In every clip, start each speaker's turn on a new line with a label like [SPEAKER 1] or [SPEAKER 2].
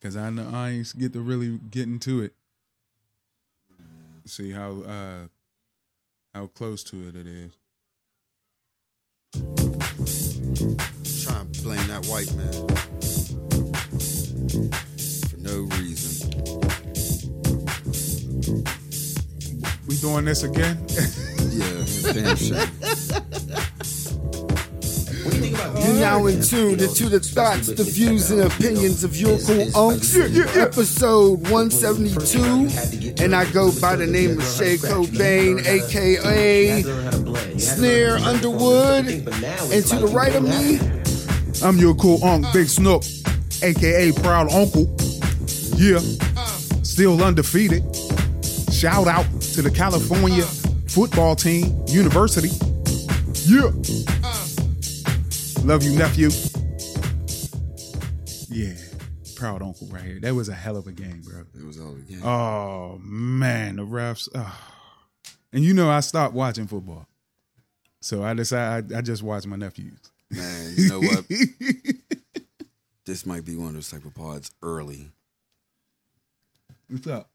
[SPEAKER 1] Cause I know I ain't get to really get into it. See how uh how close to it it is.
[SPEAKER 2] Trying to blame that white man for no reason.
[SPEAKER 1] We doing this again?
[SPEAKER 2] Yeah, damn shame.
[SPEAKER 3] What do you think about
[SPEAKER 4] You're
[SPEAKER 3] these-
[SPEAKER 4] now in tune to the thoughts, the views, and opinions of your cool unks. Episode 172. And I go by the name of Shay Cobain, aka. Snare Underwood, and to the right of me,
[SPEAKER 1] I'm your cool unc, Big Snook, aka Proud Uncle. Yeah, still undefeated. Shout out to the California football team, University. Yeah, love you, nephew. Yeah, Proud Uncle right here. That was a hell of a game, bro.
[SPEAKER 2] It was all again.
[SPEAKER 1] Oh man, the refs. ah. And you know, I stopped watching football, so I decided I, I just watched my nephews.
[SPEAKER 2] Man, you know what? this might be one of those type of pods early.
[SPEAKER 1] What's up?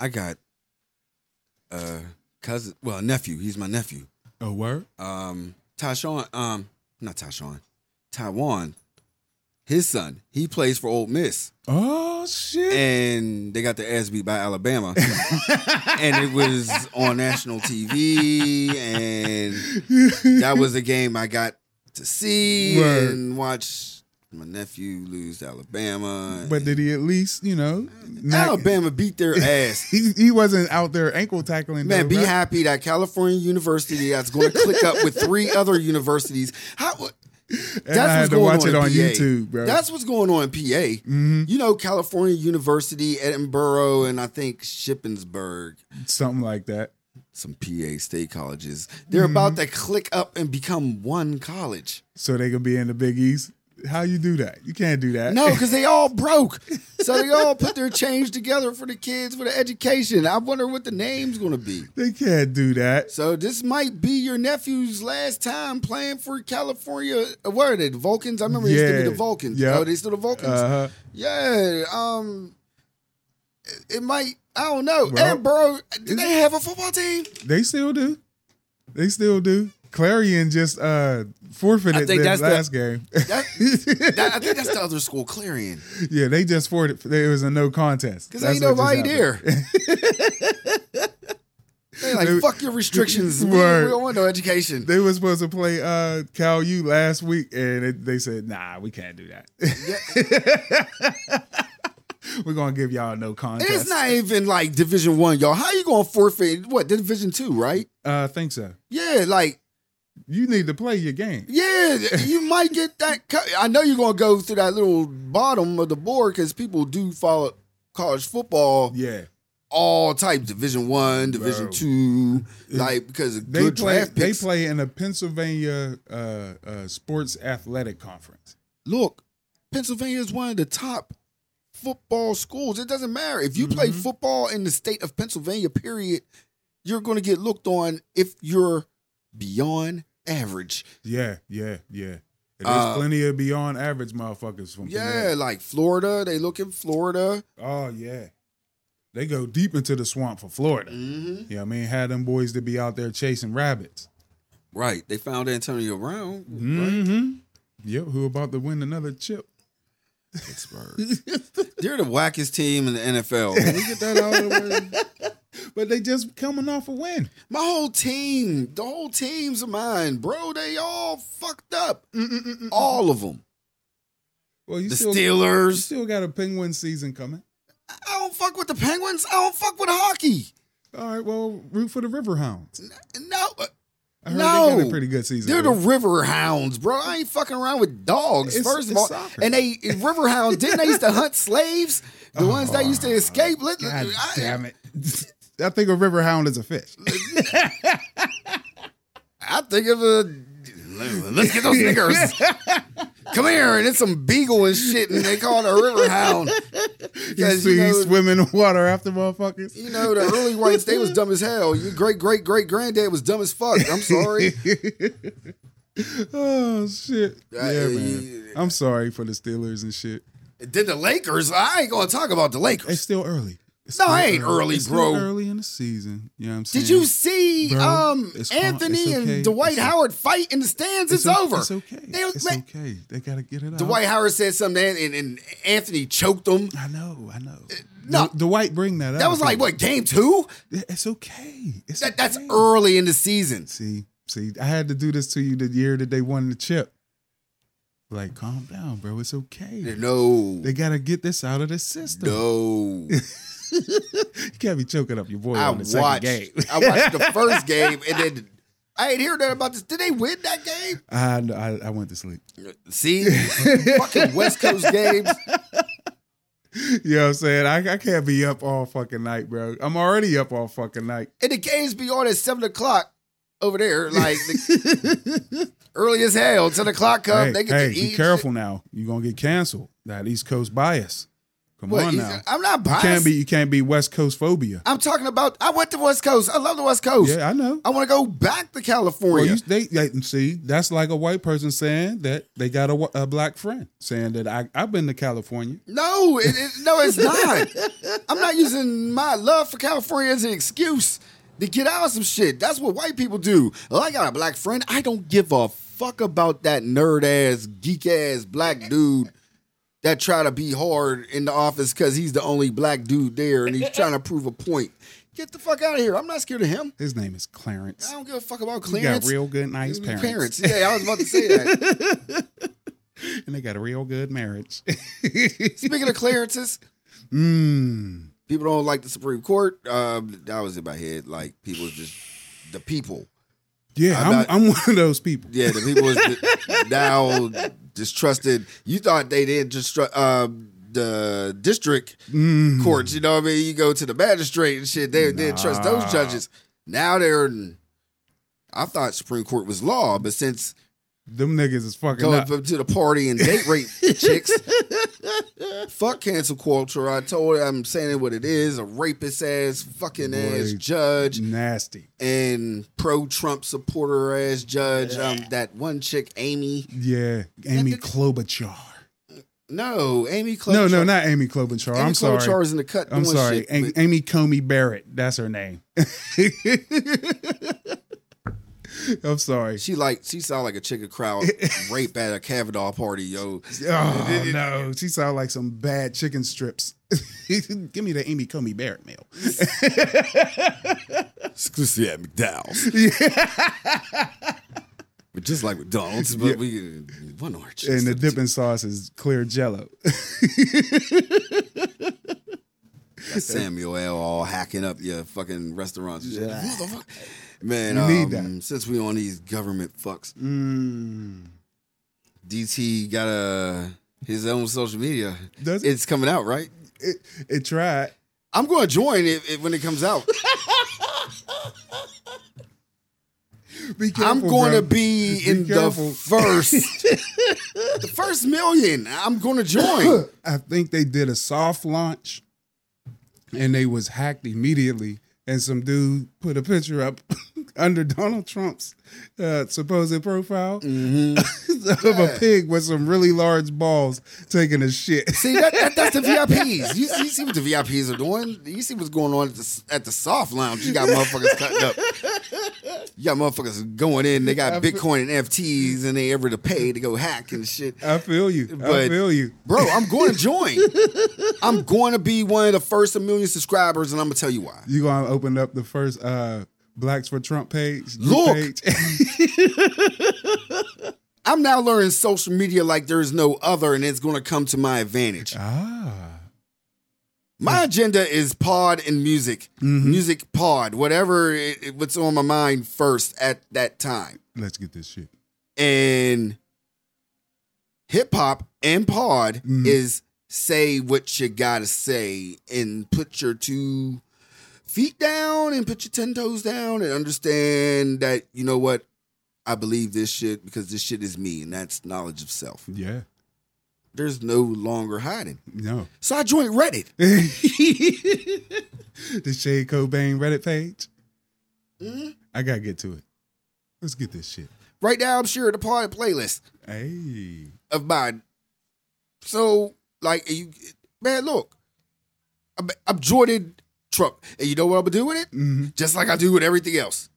[SPEAKER 2] I got uh cousin well, nephew, he's my nephew.
[SPEAKER 1] A word?
[SPEAKER 2] Um Tyshawn, um, not Tyshawn, Taiwan, his son, he plays for Old Miss.
[SPEAKER 1] Oh shit!
[SPEAKER 2] and they got their ass beat by Alabama, and it was on national TV, and that was a game I got to see
[SPEAKER 1] Word.
[SPEAKER 2] and watch my nephew lose to Alabama.
[SPEAKER 1] but did he at least, you know, not-
[SPEAKER 2] Alabama beat their ass.
[SPEAKER 1] He, he wasn't out there ankle tackling.
[SPEAKER 2] Man,
[SPEAKER 1] though,
[SPEAKER 2] be
[SPEAKER 1] right?
[SPEAKER 2] happy that California University that's going to click up with three other universities. How?
[SPEAKER 1] And I had to watch it on YouTube, bro. Mm-hmm.
[SPEAKER 2] That's what's going on in PA. You know, California University, Edinburgh, and I think Shippensburg.
[SPEAKER 1] something like that.
[SPEAKER 2] some PA state colleges. They're
[SPEAKER 1] Mm-hmm.
[SPEAKER 2] about to click up and become one college.
[SPEAKER 1] So they could be in the Big East. How you do that? You can't do that.
[SPEAKER 2] No, because they all broke. So they all put their change together for the kids for the education. I wonder what the name's going to be.
[SPEAKER 1] they can't do that.
[SPEAKER 2] So this might be your nephew's last time playing for California. uh, What are they? The Vulcans? I remember they used to
[SPEAKER 1] Yeah.
[SPEAKER 2] be the Vulcans.
[SPEAKER 1] Yep.
[SPEAKER 2] Oh, they still the Vulcans.
[SPEAKER 1] Uh-huh.
[SPEAKER 2] Yeah. Um. it- It might. I don't know.
[SPEAKER 1] Well-
[SPEAKER 2] and bro, do they have a football team?
[SPEAKER 1] They still do. They still do. Clarion just uh forfeited
[SPEAKER 2] I think
[SPEAKER 1] their
[SPEAKER 2] that's the-
[SPEAKER 1] last game.
[SPEAKER 2] That- that- I think that's the other school, Clarion.
[SPEAKER 1] yeah, they just forfeited. It was a no contest.
[SPEAKER 2] Because
[SPEAKER 1] That's
[SPEAKER 2] ain't
[SPEAKER 1] what just
[SPEAKER 2] nobody
[SPEAKER 1] happened.
[SPEAKER 2] there. they like,
[SPEAKER 1] They-
[SPEAKER 2] fuck your restrictions. We, we
[SPEAKER 1] Word.
[SPEAKER 2] don't want no education.
[SPEAKER 1] They were supposed to play uh Cal U last week, and it, they said, "Nah, we can't do that. We're gonna give y'all no contest."
[SPEAKER 2] it's not even like Division One, y'all. How you gonna forfeit what Division Two, right?
[SPEAKER 1] Uh, I think so.
[SPEAKER 2] Yeah, like
[SPEAKER 1] You need to play your game.
[SPEAKER 2] yeah, you might get that. Cut. I know you're gonna go through that little bottom of the board because people do follow college football,
[SPEAKER 1] Yeah,
[SPEAKER 2] all types, Division One, Division
[SPEAKER 1] Bro.
[SPEAKER 2] Two, like because of
[SPEAKER 1] they
[SPEAKER 2] good
[SPEAKER 1] play.
[SPEAKER 2] draft
[SPEAKER 1] They
[SPEAKER 2] picks.
[SPEAKER 1] play in a Pennsylvania uh, uh sports athletic conference.
[SPEAKER 2] look, Pennsylvania is one of the top football schools. It doesn't matter. If you play
[SPEAKER 1] Mhm.
[SPEAKER 2] football in the state of Pennsylvania, period, you're going to get looked on if you're beyond average.
[SPEAKER 1] Yeah, yeah, yeah. And There's
[SPEAKER 2] Uh,
[SPEAKER 1] plenty of beyond average motherfuckers from
[SPEAKER 2] Yeah, like Florida, they look in Florida.
[SPEAKER 1] Connecticut. Oh yeah, they go deep into the swamp for Florida.
[SPEAKER 2] Mm-hmm.
[SPEAKER 1] Yeah, I mean, had them boys to be out there chasing rabbits.
[SPEAKER 2] Right. They found Antonio Brown. Right?
[SPEAKER 1] Mm-hmm. Yep. Who about to win another chip?
[SPEAKER 2] Pittsburgh. They're the wackest team in the NFL. Can we get that out of the way?
[SPEAKER 1] But they just coming off a win.
[SPEAKER 2] My whole team, the whole team's of mine, bro. They all fucked up. All of them.
[SPEAKER 1] Well, you
[SPEAKER 2] The
[SPEAKER 1] still you
[SPEAKER 2] Steelers.
[SPEAKER 1] still got a penguin season coming.
[SPEAKER 2] I don't fuck with the Penguins. I don't fuck with hockey.
[SPEAKER 1] All right. Well, root for the Riverhounds.
[SPEAKER 2] No, uh,
[SPEAKER 1] I heard they got
[SPEAKER 2] No.
[SPEAKER 1] a pretty good season.
[SPEAKER 2] they're the River Hounds, bro. I ain't fucking around with dogs.
[SPEAKER 1] It's-
[SPEAKER 2] first of
[SPEAKER 1] it's
[SPEAKER 2] all,
[SPEAKER 1] soccer.
[SPEAKER 2] and they River Hounds didn't they used to hunt slaves? The ones that used to escape. Let,
[SPEAKER 1] Oh, God
[SPEAKER 2] I-
[SPEAKER 1] damn it. I think a Riverhound is a fish.
[SPEAKER 2] I think of a. Let's get those niggers. Come here, and it's some beagle and shit, and they call it a river hound.
[SPEAKER 1] He's,
[SPEAKER 2] Because you
[SPEAKER 1] he's
[SPEAKER 2] know,
[SPEAKER 1] swimming in water after motherfuckers.
[SPEAKER 2] you know, the early whites they was dumb as hell. Your great great great granddad was dumb as fuck. I'm sorry.
[SPEAKER 1] oh shit.
[SPEAKER 2] I-
[SPEAKER 1] yeah, man.
[SPEAKER 2] you-
[SPEAKER 1] I'm sorry for the Steelers and shit.
[SPEAKER 2] Did the Lakers? I ain't gonna talk about the
[SPEAKER 1] It's
[SPEAKER 2] Lakers.
[SPEAKER 1] still early. It's
[SPEAKER 2] No,
[SPEAKER 1] still
[SPEAKER 2] I ain't early,
[SPEAKER 1] It's
[SPEAKER 2] bro.
[SPEAKER 1] Still early in the season. You know what I'm saying?
[SPEAKER 2] Did you see
[SPEAKER 1] Bro,
[SPEAKER 2] um
[SPEAKER 1] it's fine.
[SPEAKER 2] Anthony
[SPEAKER 1] It's okay.
[SPEAKER 2] and Dwight
[SPEAKER 1] It's-
[SPEAKER 2] Howard fight in the stands? It's,
[SPEAKER 1] o-
[SPEAKER 2] over.
[SPEAKER 1] It's okay.
[SPEAKER 2] They was-
[SPEAKER 1] it's
[SPEAKER 2] man,
[SPEAKER 1] okay. They gotta get it out.
[SPEAKER 2] Dwight Howard said something and, and Anthony choked him.
[SPEAKER 1] I know. I know.
[SPEAKER 2] Uh, no.
[SPEAKER 1] Dw- Dwight, bring that up.
[SPEAKER 2] That was like what game two?
[SPEAKER 1] It's okay. It's
[SPEAKER 2] That, that's
[SPEAKER 1] okay.
[SPEAKER 2] early in the season.
[SPEAKER 1] See, see, I had to do this to you the year that they won the chip. Like, calm down, bro. It's okay.
[SPEAKER 2] No,
[SPEAKER 1] They gotta get this out of the system.
[SPEAKER 2] no.
[SPEAKER 1] You can't be choking up your boy
[SPEAKER 2] I
[SPEAKER 1] on the second
[SPEAKER 2] watched.
[SPEAKER 1] game.
[SPEAKER 2] I watched the first game, and then I ain't hear nothing about this. Did they win that game?
[SPEAKER 1] I, know, I I went to sleep.
[SPEAKER 2] See, fucking West Coast games.
[SPEAKER 1] You know what I'm saying? I, I can't be up all fucking night, bro. I'm already up all fucking night.
[SPEAKER 2] and the games be on at seven o'clock over there, like the- early as hell. Ten o'clock come,
[SPEAKER 1] hey,
[SPEAKER 2] they get
[SPEAKER 1] hey
[SPEAKER 2] to eat.
[SPEAKER 1] be careful now. You're gonna get canceled. That East Coast bias. Come
[SPEAKER 2] What,
[SPEAKER 1] on
[SPEAKER 2] is-
[SPEAKER 1] now.
[SPEAKER 2] I'm not
[SPEAKER 1] You can't
[SPEAKER 2] biased.
[SPEAKER 1] be you can't be West Coast phobia.
[SPEAKER 2] I'm talking about. I went to West Coast. I love the West Coast.
[SPEAKER 1] Yeah, I know.
[SPEAKER 2] I want to go back to
[SPEAKER 1] Well,
[SPEAKER 2] California.
[SPEAKER 1] you, they, they see that's like a white person saying that they got a, wh- a black friend saying that I I've been to California.
[SPEAKER 2] no, it, it, no, it's not. I'm not using my love for California as an excuse to get out of some shit. That's what white people do. Well, I got a black friend. I don't give a fuck about that nerd ass, geek ass black dude that try to be hard in the office because he's the only black dude there and he's trying to prove a point. Get the fuck out of here. I'm not scared of him.
[SPEAKER 1] His name is
[SPEAKER 2] I
[SPEAKER 1] Clarence.
[SPEAKER 2] don't give a fuck about
[SPEAKER 1] He got
[SPEAKER 2] clearance.
[SPEAKER 1] real good, nice parents,
[SPEAKER 2] Mm, Yeah, I was about to say that.
[SPEAKER 1] and they got a real good marriage.
[SPEAKER 2] Speaking of clearances,
[SPEAKER 1] mm,
[SPEAKER 2] people don't like the Supreme Court. Um, that was in my head. Like people is just the people.
[SPEAKER 1] yeah,
[SPEAKER 2] I'm
[SPEAKER 1] I'm, I'm,
[SPEAKER 2] not-
[SPEAKER 1] one of those people.
[SPEAKER 2] Yeah, the people is di- now distrusted. You thought they didn't just um, the district
[SPEAKER 1] Mm.
[SPEAKER 2] courts. You know what I mean? You go to the magistrate and shit. They didn't trust those
[SPEAKER 1] Nah.
[SPEAKER 2] judges. Now they're. I thought Supreme Court was law, but since
[SPEAKER 1] Them niggas is fucking
[SPEAKER 2] going
[SPEAKER 1] up.
[SPEAKER 2] up to the party and date rape chicks. Fuck cancel culture. I told her I'm saying it what it is a rapist ass, fucking ass
[SPEAKER 1] Boy.
[SPEAKER 2] judge,
[SPEAKER 1] Nasty.
[SPEAKER 2] and pro Trump supporter ass judge. Um, that one chick, Amy.
[SPEAKER 1] Yeah, Amy Klobuchar.
[SPEAKER 2] No, Amy Klobuchar.
[SPEAKER 1] No, no, not Amy Klobuchar.
[SPEAKER 2] Amy
[SPEAKER 1] I'm sorry.
[SPEAKER 2] Klobuchar is in the cut.
[SPEAKER 1] I'm
[SPEAKER 2] doing
[SPEAKER 1] sorry.
[SPEAKER 2] shit,
[SPEAKER 1] A-
[SPEAKER 2] but
[SPEAKER 1] Amy Comey Barrett. That's her name. I'm sorry.
[SPEAKER 2] she like she sound like a chick a crowd rape at a Kavanaugh party, yo.
[SPEAKER 1] Oh no, she sound like some bad chicken strips. Give me the Amy Comey Barrett meal.
[SPEAKER 2] Exclusive at McDowell's. But just like McDonald's, but we one orange.
[SPEAKER 1] And the dipping sauce is clear jello.
[SPEAKER 2] Samuel L. all hacking up your fucking restaurants. and shit.
[SPEAKER 1] Yeah.
[SPEAKER 2] Who the fuck? Man,
[SPEAKER 1] We need
[SPEAKER 2] um, since we on these government fucks,
[SPEAKER 1] Mm.
[SPEAKER 2] DT got a his own social media.
[SPEAKER 1] Does it,
[SPEAKER 2] It's coming out, right?
[SPEAKER 1] it? It tried.
[SPEAKER 2] I'm going to join it, it when it comes out.
[SPEAKER 1] Be careful,
[SPEAKER 2] I'm going
[SPEAKER 1] bro.
[SPEAKER 2] to be,
[SPEAKER 1] Be
[SPEAKER 2] in
[SPEAKER 1] careful.
[SPEAKER 2] the first, the first million. I'm going to join.
[SPEAKER 1] I think they did a soft launch, and they was hacked immediately. And some dude put a picture up under Donald Trump's uh, supposed profile
[SPEAKER 2] Mm-hmm.
[SPEAKER 1] of a pig with some really large balls taking a shit.
[SPEAKER 2] See, that, that, that's the VIPs. You, you see what the VIPs are doing? You see what's going on at the, at the soft lounge. You got motherfuckers cutting up. You got motherfuckers going in. They got Bitcoin and FTs, and they ever to pay to go hack and shit.
[SPEAKER 1] I feel you.
[SPEAKER 2] But-
[SPEAKER 1] I feel you.
[SPEAKER 2] Bro, I'm going to join. I'm going to be one of the first a million subscribers, and I'm gonna tell you why.
[SPEAKER 1] You gonna open up the first uh Blacks for Trump page? group
[SPEAKER 2] Look.
[SPEAKER 1] page?
[SPEAKER 2] I'm now learning social media like there's no other, and it's gonna come to my advantage.
[SPEAKER 1] ah,
[SPEAKER 2] My agenda is pod and music,
[SPEAKER 1] Mm-hmm.
[SPEAKER 2] music pod, whatever it, it- what's on my mind first at that time.
[SPEAKER 1] let's get this shit.
[SPEAKER 2] and hip hop and pod
[SPEAKER 1] Mhm.
[SPEAKER 2] is say what you gotta say and put your two feet down and put your ten toes down and understand that you know what I believe this shit because this shit is me and that's knowledge of self.
[SPEAKER 1] Yeah,
[SPEAKER 2] There's no longer hiding.
[SPEAKER 1] no.
[SPEAKER 2] So I joined Reddit.
[SPEAKER 1] the Shade Cobain Reddit page.
[SPEAKER 2] Mhm.
[SPEAKER 1] I gotta get to it. Let's get this shit.
[SPEAKER 2] Right now I'm sharing the pod playlist
[SPEAKER 1] Hey,
[SPEAKER 2] of mine. So Like you, man, look, I'm, I'm Jordan Trump, and you know what I'm gonna do with it? Just like I do with everything else.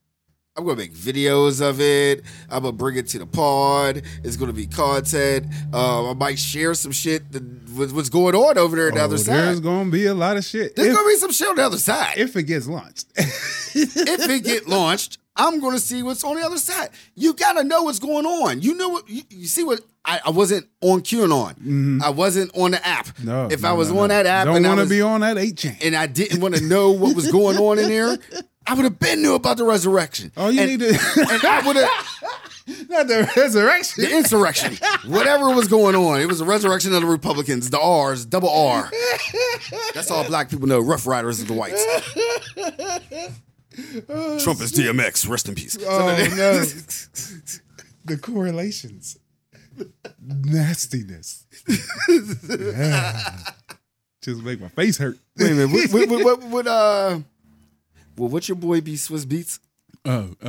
[SPEAKER 2] I'm gonna make videos of it. I'm gonna bring it to the pod. It's gonna be content. Uh, I might share some shit that, with what's going on over there on the
[SPEAKER 1] Oh,
[SPEAKER 2] other
[SPEAKER 1] There's
[SPEAKER 2] side.
[SPEAKER 1] gonna be a lot of shit.
[SPEAKER 2] There's
[SPEAKER 1] If,
[SPEAKER 2] gonna be some shit on the other side.
[SPEAKER 1] if it gets launched.
[SPEAKER 2] if it get launched, I'm gonna see what's on the other side. You gotta know what's going on. You know what you, you see what I, I wasn't on QAnon. I wasn't on the app.
[SPEAKER 1] Mm-hmm. no,
[SPEAKER 2] if
[SPEAKER 1] no,
[SPEAKER 2] I was
[SPEAKER 1] no,
[SPEAKER 2] on
[SPEAKER 1] no.
[SPEAKER 2] that app
[SPEAKER 1] don't
[SPEAKER 2] and I
[SPEAKER 1] wanna
[SPEAKER 2] was,
[SPEAKER 1] be on that eight chain.
[SPEAKER 2] and I didn't want to know what was going on in there, I would have been knew about the resurrection.
[SPEAKER 1] All Oh, you
[SPEAKER 2] and,
[SPEAKER 1] need to
[SPEAKER 2] and I would have
[SPEAKER 1] not the resurrection.
[SPEAKER 2] the insurrection, whatever was going on. It was the resurrection of the Republicans, the R's, double R. That's all black people know. Rough Riders of the whites. Trump is DMX. Rest in peace.
[SPEAKER 1] Oh no. the correlations. Nastiness. Yeah. Just make my face hurt.
[SPEAKER 2] Wait a minute. What, what, what, what, what, uh, well, what's your boy B Swiss Beats?
[SPEAKER 1] Oh, uh, uh,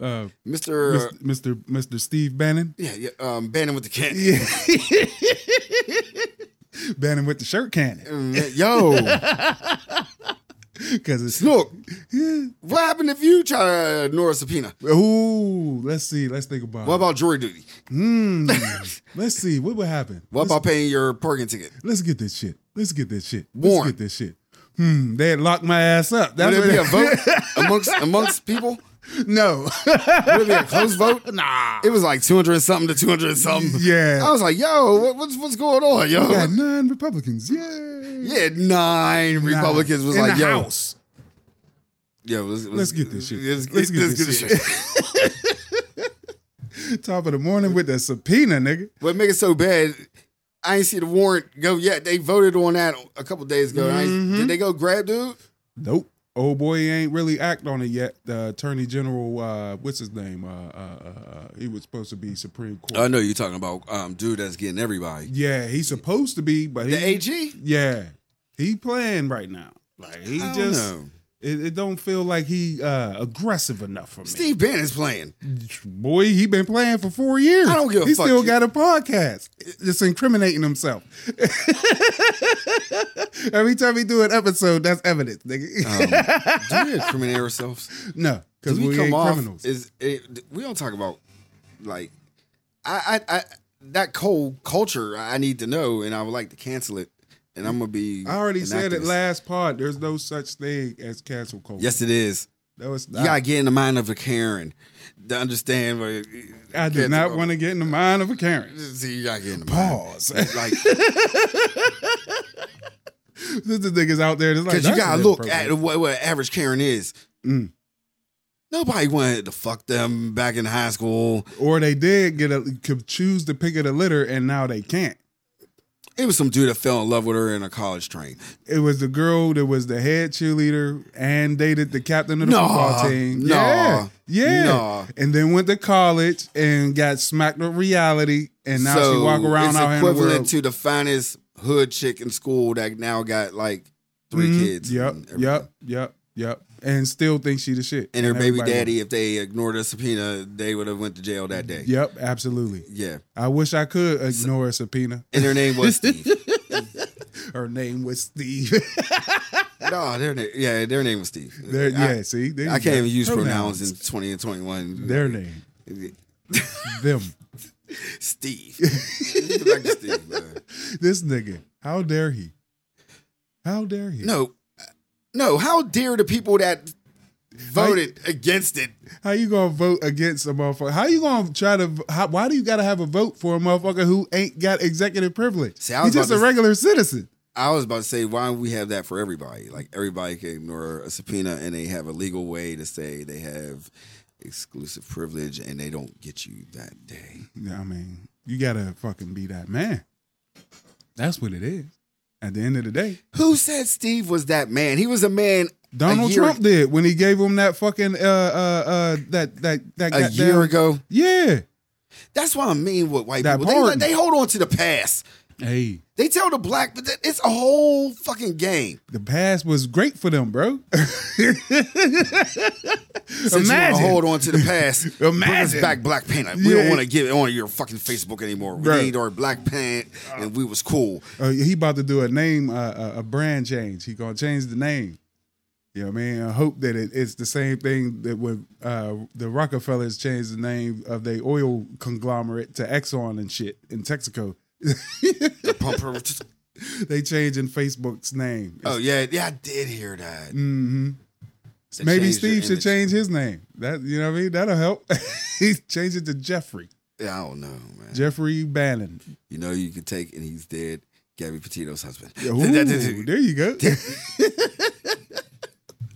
[SPEAKER 1] uh, uh,
[SPEAKER 2] Mr.
[SPEAKER 1] Mr. Mr. Mr. Steve Bannon.
[SPEAKER 2] yeah, yeah, um, Bannon with the can.
[SPEAKER 1] Yeah. Bannon with the shirt cannon.
[SPEAKER 2] Mm, Yo, Uh,
[SPEAKER 1] Because it's
[SPEAKER 2] look,
[SPEAKER 1] Yeah.
[SPEAKER 2] what happened if you try to ignore a subpoena?
[SPEAKER 1] Ooh, let's see. Let's think about
[SPEAKER 2] What
[SPEAKER 1] it.
[SPEAKER 2] about jury duty?
[SPEAKER 1] Mm. let's see. What would happen?
[SPEAKER 2] What
[SPEAKER 1] let's,
[SPEAKER 2] about paying your parking ticket?
[SPEAKER 1] let's get this shit. Let's get this shit.
[SPEAKER 2] Warren.
[SPEAKER 1] Let's get this shit. Hmm. They had locked my ass up.
[SPEAKER 2] Would
[SPEAKER 1] That's
[SPEAKER 2] it
[SPEAKER 1] what
[SPEAKER 2] be a vote amongst amongst people?
[SPEAKER 1] No.
[SPEAKER 2] Would it be a close vote?
[SPEAKER 1] nah.
[SPEAKER 2] It was like two hundred something to two hundred something.
[SPEAKER 1] Yeah.
[SPEAKER 2] I was like, yo, what, what's what's going on, yo?
[SPEAKER 1] Got nine Republicans. Yay.
[SPEAKER 2] Yeah, nine Republicans was
[SPEAKER 1] In
[SPEAKER 2] like,
[SPEAKER 1] the
[SPEAKER 2] yo,
[SPEAKER 1] House.
[SPEAKER 2] yo, let's,
[SPEAKER 1] Let's get this shit.
[SPEAKER 2] Let's,
[SPEAKER 1] Let's
[SPEAKER 2] get,
[SPEAKER 1] get
[SPEAKER 2] let's
[SPEAKER 1] this
[SPEAKER 2] get
[SPEAKER 1] shit.
[SPEAKER 2] this shit.
[SPEAKER 1] Top of the morning with the subpoena, nigga.
[SPEAKER 2] what make it so bad? I ain't see the warrant go yet. They voted on that a couple days ago. I ain't-
[SPEAKER 1] Mm-hmm.
[SPEAKER 2] Did they go grab dude?
[SPEAKER 1] Nope. Old boy ain't really act on it yet. The attorney general, uh, what's his name? Uh, uh, uh, uh, he was supposed to be Supreme Court.
[SPEAKER 5] I know you're talking about um, dude that's getting everybody.
[SPEAKER 1] yeah, he's supposed to be, but he,
[SPEAKER 2] The AG?
[SPEAKER 1] yeah, he playing right now. Like he
[SPEAKER 5] I don't
[SPEAKER 1] just,
[SPEAKER 5] know.
[SPEAKER 1] it, it don't feel like he uh, aggressive enough for me.
[SPEAKER 2] Steve Bannon's playing.
[SPEAKER 1] Boy, he been playing for four years.
[SPEAKER 2] I don't give a
[SPEAKER 1] he
[SPEAKER 2] fuck.
[SPEAKER 1] still got a podcast. Just incriminating himself. Every time he do an episode, that's evidence, nigga.
[SPEAKER 5] Do we incriminate ourselves?
[SPEAKER 1] no, because
[SPEAKER 5] Because
[SPEAKER 1] we,
[SPEAKER 5] we come
[SPEAKER 1] ain't
[SPEAKER 5] off eh,
[SPEAKER 1] criminals.
[SPEAKER 5] is it,
[SPEAKER 2] we don't talk about like I, I I that whole culture I need to know and I would like to cancel it and I'm gonna be
[SPEAKER 1] I already
[SPEAKER 2] an
[SPEAKER 1] said it
[SPEAKER 2] activist.
[SPEAKER 1] last pod. There's no such thing as cancel culture.
[SPEAKER 5] yes, it is.
[SPEAKER 1] that was.
[SPEAKER 5] You gotta get in the mind of a Karen to understand. Where,
[SPEAKER 1] I, I did not want to get in the mind of a Karen.
[SPEAKER 5] See, you gotta get in the mind.
[SPEAKER 1] Pause.
[SPEAKER 5] Like,
[SPEAKER 1] There's the niggas out there. That's like,
[SPEAKER 5] because you
[SPEAKER 1] that's
[SPEAKER 5] gotta look
[SPEAKER 1] inappropriate.
[SPEAKER 5] at what, what average Karen is.
[SPEAKER 1] Mm.
[SPEAKER 5] Nobody wanted to fuck them back in high school.
[SPEAKER 1] or they did get a could choose to pick of the litter, and now they can't.
[SPEAKER 5] It was some dude that fell in love with her in a college train.
[SPEAKER 1] It was the girl that was the head cheerleader and dated the captain of the
[SPEAKER 5] Nah,
[SPEAKER 1] football team.
[SPEAKER 5] nah,
[SPEAKER 1] yeah, yeah.
[SPEAKER 5] nah.
[SPEAKER 1] And then went to college and got smacked with reality, and now she walk around
[SPEAKER 5] it's
[SPEAKER 1] out here in the
[SPEAKER 5] equivalent
[SPEAKER 1] world.
[SPEAKER 5] to the finest hood chick in school that now got like 3
[SPEAKER 1] Mhm.
[SPEAKER 5] kids.
[SPEAKER 1] Yep,
[SPEAKER 5] and everything.
[SPEAKER 1] yep, yep, yep. And still think she the shit.
[SPEAKER 5] And her baby
[SPEAKER 1] everybody-
[SPEAKER 5] daddy, if they ignored a subpoena, they would have went to jail that day.
[SPEAKER 1] Yep, absolutely.
[SPEAKER 5] Yeah.
[SPEAKER 1] I wish I could ignore a subpoena.
[SPEAKER 5] And her name was Steve.
[SPEAKER 1] Her name was Steve.
[SPEAKER 5] no, their name, yeah, their name was Steve.
[SPEAKER 1] there,
[SPEAKER 5] I,
[SPEAKER 1] yeah, see, there
[SPEAKER 5] I
[SPEAKER 1] you
[SPEAKER 5] can't
[SPEAKER 1] go.
[SPEAKER 5] even use pronouns in 20 and 21.
[SPEAKER 1] Their name, them.
[SPEAKER 5] Steve. Get back to Steve, man.
[SPEAKER 1] this nigga. How dare he? How dare he?
[SPEAKER 2] no no how dare the people that voted against it
[SPEAKER 1] How you gonna vote against a motherfucker? How you gonna try to? How, why do you gotta have a vote for a motherfucker who ain't got executive privilege?
[SPEAKER 5] See, I was
[SPEAKER 1] He's just
[SPEAKER 5] about
[SPEAKER 1] a
[SPEAKER 5] to-
[SPEAKER 1] regular citizen.
[SPEAKER 5] I was about to say, why don't we have that for everybody? Like everybody can ignore a subpoena, and they have a legal way to say they have exclusive privilege, and they don't get you that day.
[SPEAKER 1] Yeah, I mean, you gotta fucking be that man. That's what it is. At the end of the day,
[SPEAKER 2] who said Steve was that man he was a man
[SPEAKER 1] Donald
[SPEAKER 2] year-
[SPEAKER 1] Trump did when he gave him that fucking uh uh uh that that that
[SPEAKER 2] a
[SPEAKER 1] goddamn-
[SPEAKER 2] year ago
[SPEAKER 1] Yeah,
[SPEAKER 2] that's why I mean with white
[SPEAKER 1] That
[SPEAKER 2] people they,
[SPEAKER 1] pardon.
[SPEAKER 2] they hold on to the past
[SPEAKER 1] Hey,
[SPEAKER 2] They tell the black, but that- it's a whole fucking game.
[SPEAKER 1] the past was great for them, bro.
[SPEAKER 2] Since
[SPEAKER 1] Imagine.
[SPEAKER 2] you want to hold on to the past. Bring us
[SPEAKER 1] Imagine.
[SPEAKER 2] back Black Paint. Like, We
[SPEAKER 1] Yeah.
[SPEAKER 2] don't want to get on your fucking Facebook anymore. We
[SPEAKER 1] Right.
[SPEAKER 2] need our Black Paint, and we was cool.
[SPEAKER 1] Uh, he about to do a name, uh, a- a brand change. He gonna change the name. You know what I mean? I hope that it, it's the same thing that when uh, the Rockefellers changed the name of their oil conglomerate to Exxon and shit in Texaco.
[SPEAKER 2] The pumper was just-
[SPEAKER 1] They changing Facebook's name. Mm-hmm.
[SPEAKER 2] oh yeah, yeah, I did hear that. They
[SPEAKER 1] Maybe
[SPEAKER 2] changed your
[SPEAKER 1] Steve should
[SPEAKER 2] image.
[SPEAKER 1] change his name. That you know what I mean? That'll help. he changed it to Jeffrey.
[SPEAKER 2] Yeah, I don't know, man.
[SPEAKER 1] Jeffrey Bannon.
[SPEAKER 2] You know, you could take, and he's dead. Gabby Petito's husband.
[SPEAKER 1] Ooh, there you go.